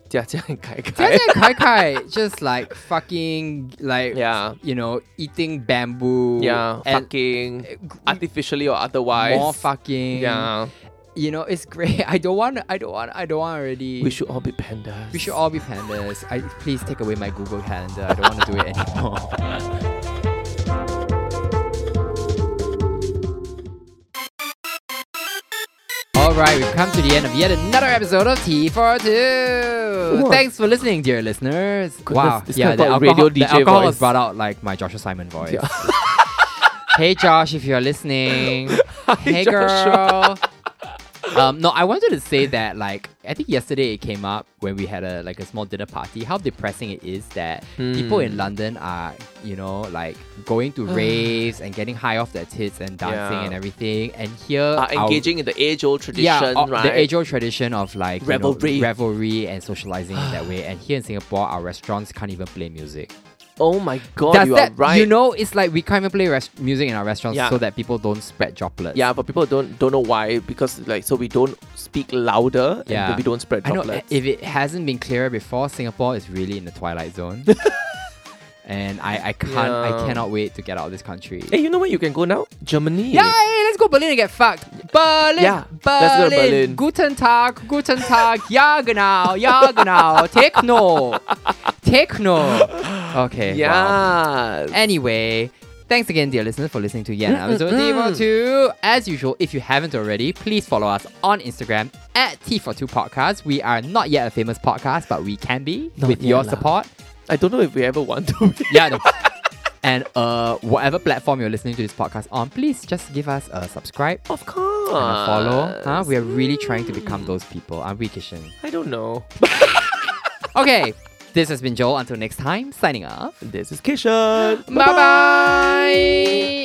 [SPEAKER 2] Jia Jia and Kai Kai.
[SPEAKER 1] Kai Kai just like fucking like
[SPEAKER 2] Yeah.
[SPEAKER 1] you know eating bamboo
[SPEAKER 2] Yeah,
[SPEAKER 1] and
[SPEAKER 2] fucking
[SPEAKER 1] gr-
[SPEAKER 2] artificially or otherwise.
[SPEAKER 1] more fucking
[SPEAKER 2] Yeah,
[SPEAKER 1] you know it's great I don't want I don't want I don't want already
[SPEAKER 2] we should all be pandas.
[SPEAKER 1] we should all be pandas I please take away my Google calendar I don't want to do it anymore Alright, we've come to the end of yet another episode of Tea for Two.
[SPEAKER 2] What?
[SPEAKER 1] Thanks for listening, dear listeners. wow,
[SPEAKER 2] this
[SPEAKER 1] yeah,
[SPEAKER 2] guy
[SPEAKER 1] the
[SPEAKER 2] got
[SPEAKER 1] alcohol,
[SPEAKER 2] a radio
[SPEAKER 1] the
[SPEAKER 2] DJ
[SPEAKER 1] alcohol
[SPEAKER 2] voice.
[SPEAKER 1] has brought out like my Joshua Simon voice. hey Josh, if you're listening. hey girl.
[SPEAKER 2] Joshua.
[SPEAKER 1] um, no, I wanted to say that like I think yesterday it came up when we had a like a small dinner party how depressing it is that people
[SPEAKER 2] Hmm.
[SPEAKER 1] in London are you know like going to raves and getting high off their tits and dancing
[SPEAKER 2] Yeah.
[SPEAKER 1] and everything and here our-
[SPEAKER 2] are engaging in the age-old tradition,
[SPEAKER 1] yeah, uh,
[SPEAKER 2] right?
[SPEAKER 1] the age-old tradition of like you know,
[SPEAKER 2] Revelry.
[SPEAKER 1] revelry and socializing in that way. And here in Singapore, our restaurants can't even play music.
[SPEAKER 2] oh my god,
[SPEAKER 1] Does
[SPEAKER 2] you
[SPEAKER 1] that,
[SPEAKER 2] are right.
[SPEAKER 1] You know, it's like we can't even play res- music in our restaurants
[SPEAKER 2] Yeah.
[SPEAKER 1] so that people don't spread droplets.
[SPEAKER 2] yeah, but people don't don't know why because like so we don't speak louder
[SPEAKER 1] Yeah.
[SPEAKER 2] and we don't spread
[SPEAKER 1] I know. eh,
[SPEAKER 2] droplets.
[SPEAKER 1] If it hasn't been clearer before, Singapore is really in the twilight zone. and I, I can't, I
[SPEAKER 2] Yeah.
[SPEAKER 1] cannot wait to get out of this country.
[SPEAKER 2] hey, you know where you can go now? Germany.
[SPEAKER 1] Yeah, hey, let's go Berlin and get fucked. Berlin,
[SPEAKER 2] Yeah,
[SPEAKER 1] Berlin,
[SPEAKER 2] let's go to Berlin.
[SPEAKER 1] Guten Tag, Guten Tag, ja genau, ja genau, Techno, Techno. Okay. wow.
[SPEAKER 2] Yeah.
[SPEAKER 1] Anyway. Thanks again, dear listeners, for listening to Yen episode T42. As usual, if you haven't already, please follow us on Instagram at T42 Podcast. We are not yet a famous podcast, but we can be
[SPEAKER 2] Not
[SPEAKER 1] with
[SPEAKER 2] yet
[SPEAKER 1] your
[SPEAKER 2] lah.
[SPEAKER 1] support.
[SPEAKER 2] I don't know if we ever want to. be.
[SPEAKER 1] Yeah. No. and uh, whatever platform you're listening to this podcast on, please just give us a subscribe
[SPEAKER 2] Of course.
[SPEAKER 1] and a follow. Huh? We are really trying to become
[SPEAKER 2] mm.
[SPEAKER 1] those people, aren't we, Kishan?
[SPEAKER 2] I don't know.
[SPEAKER 1] Okay, this has been Joel. Until next time, signing off.
[SPEAKER 2] This is Kishan.
[SPEAKER 1] Bye bye.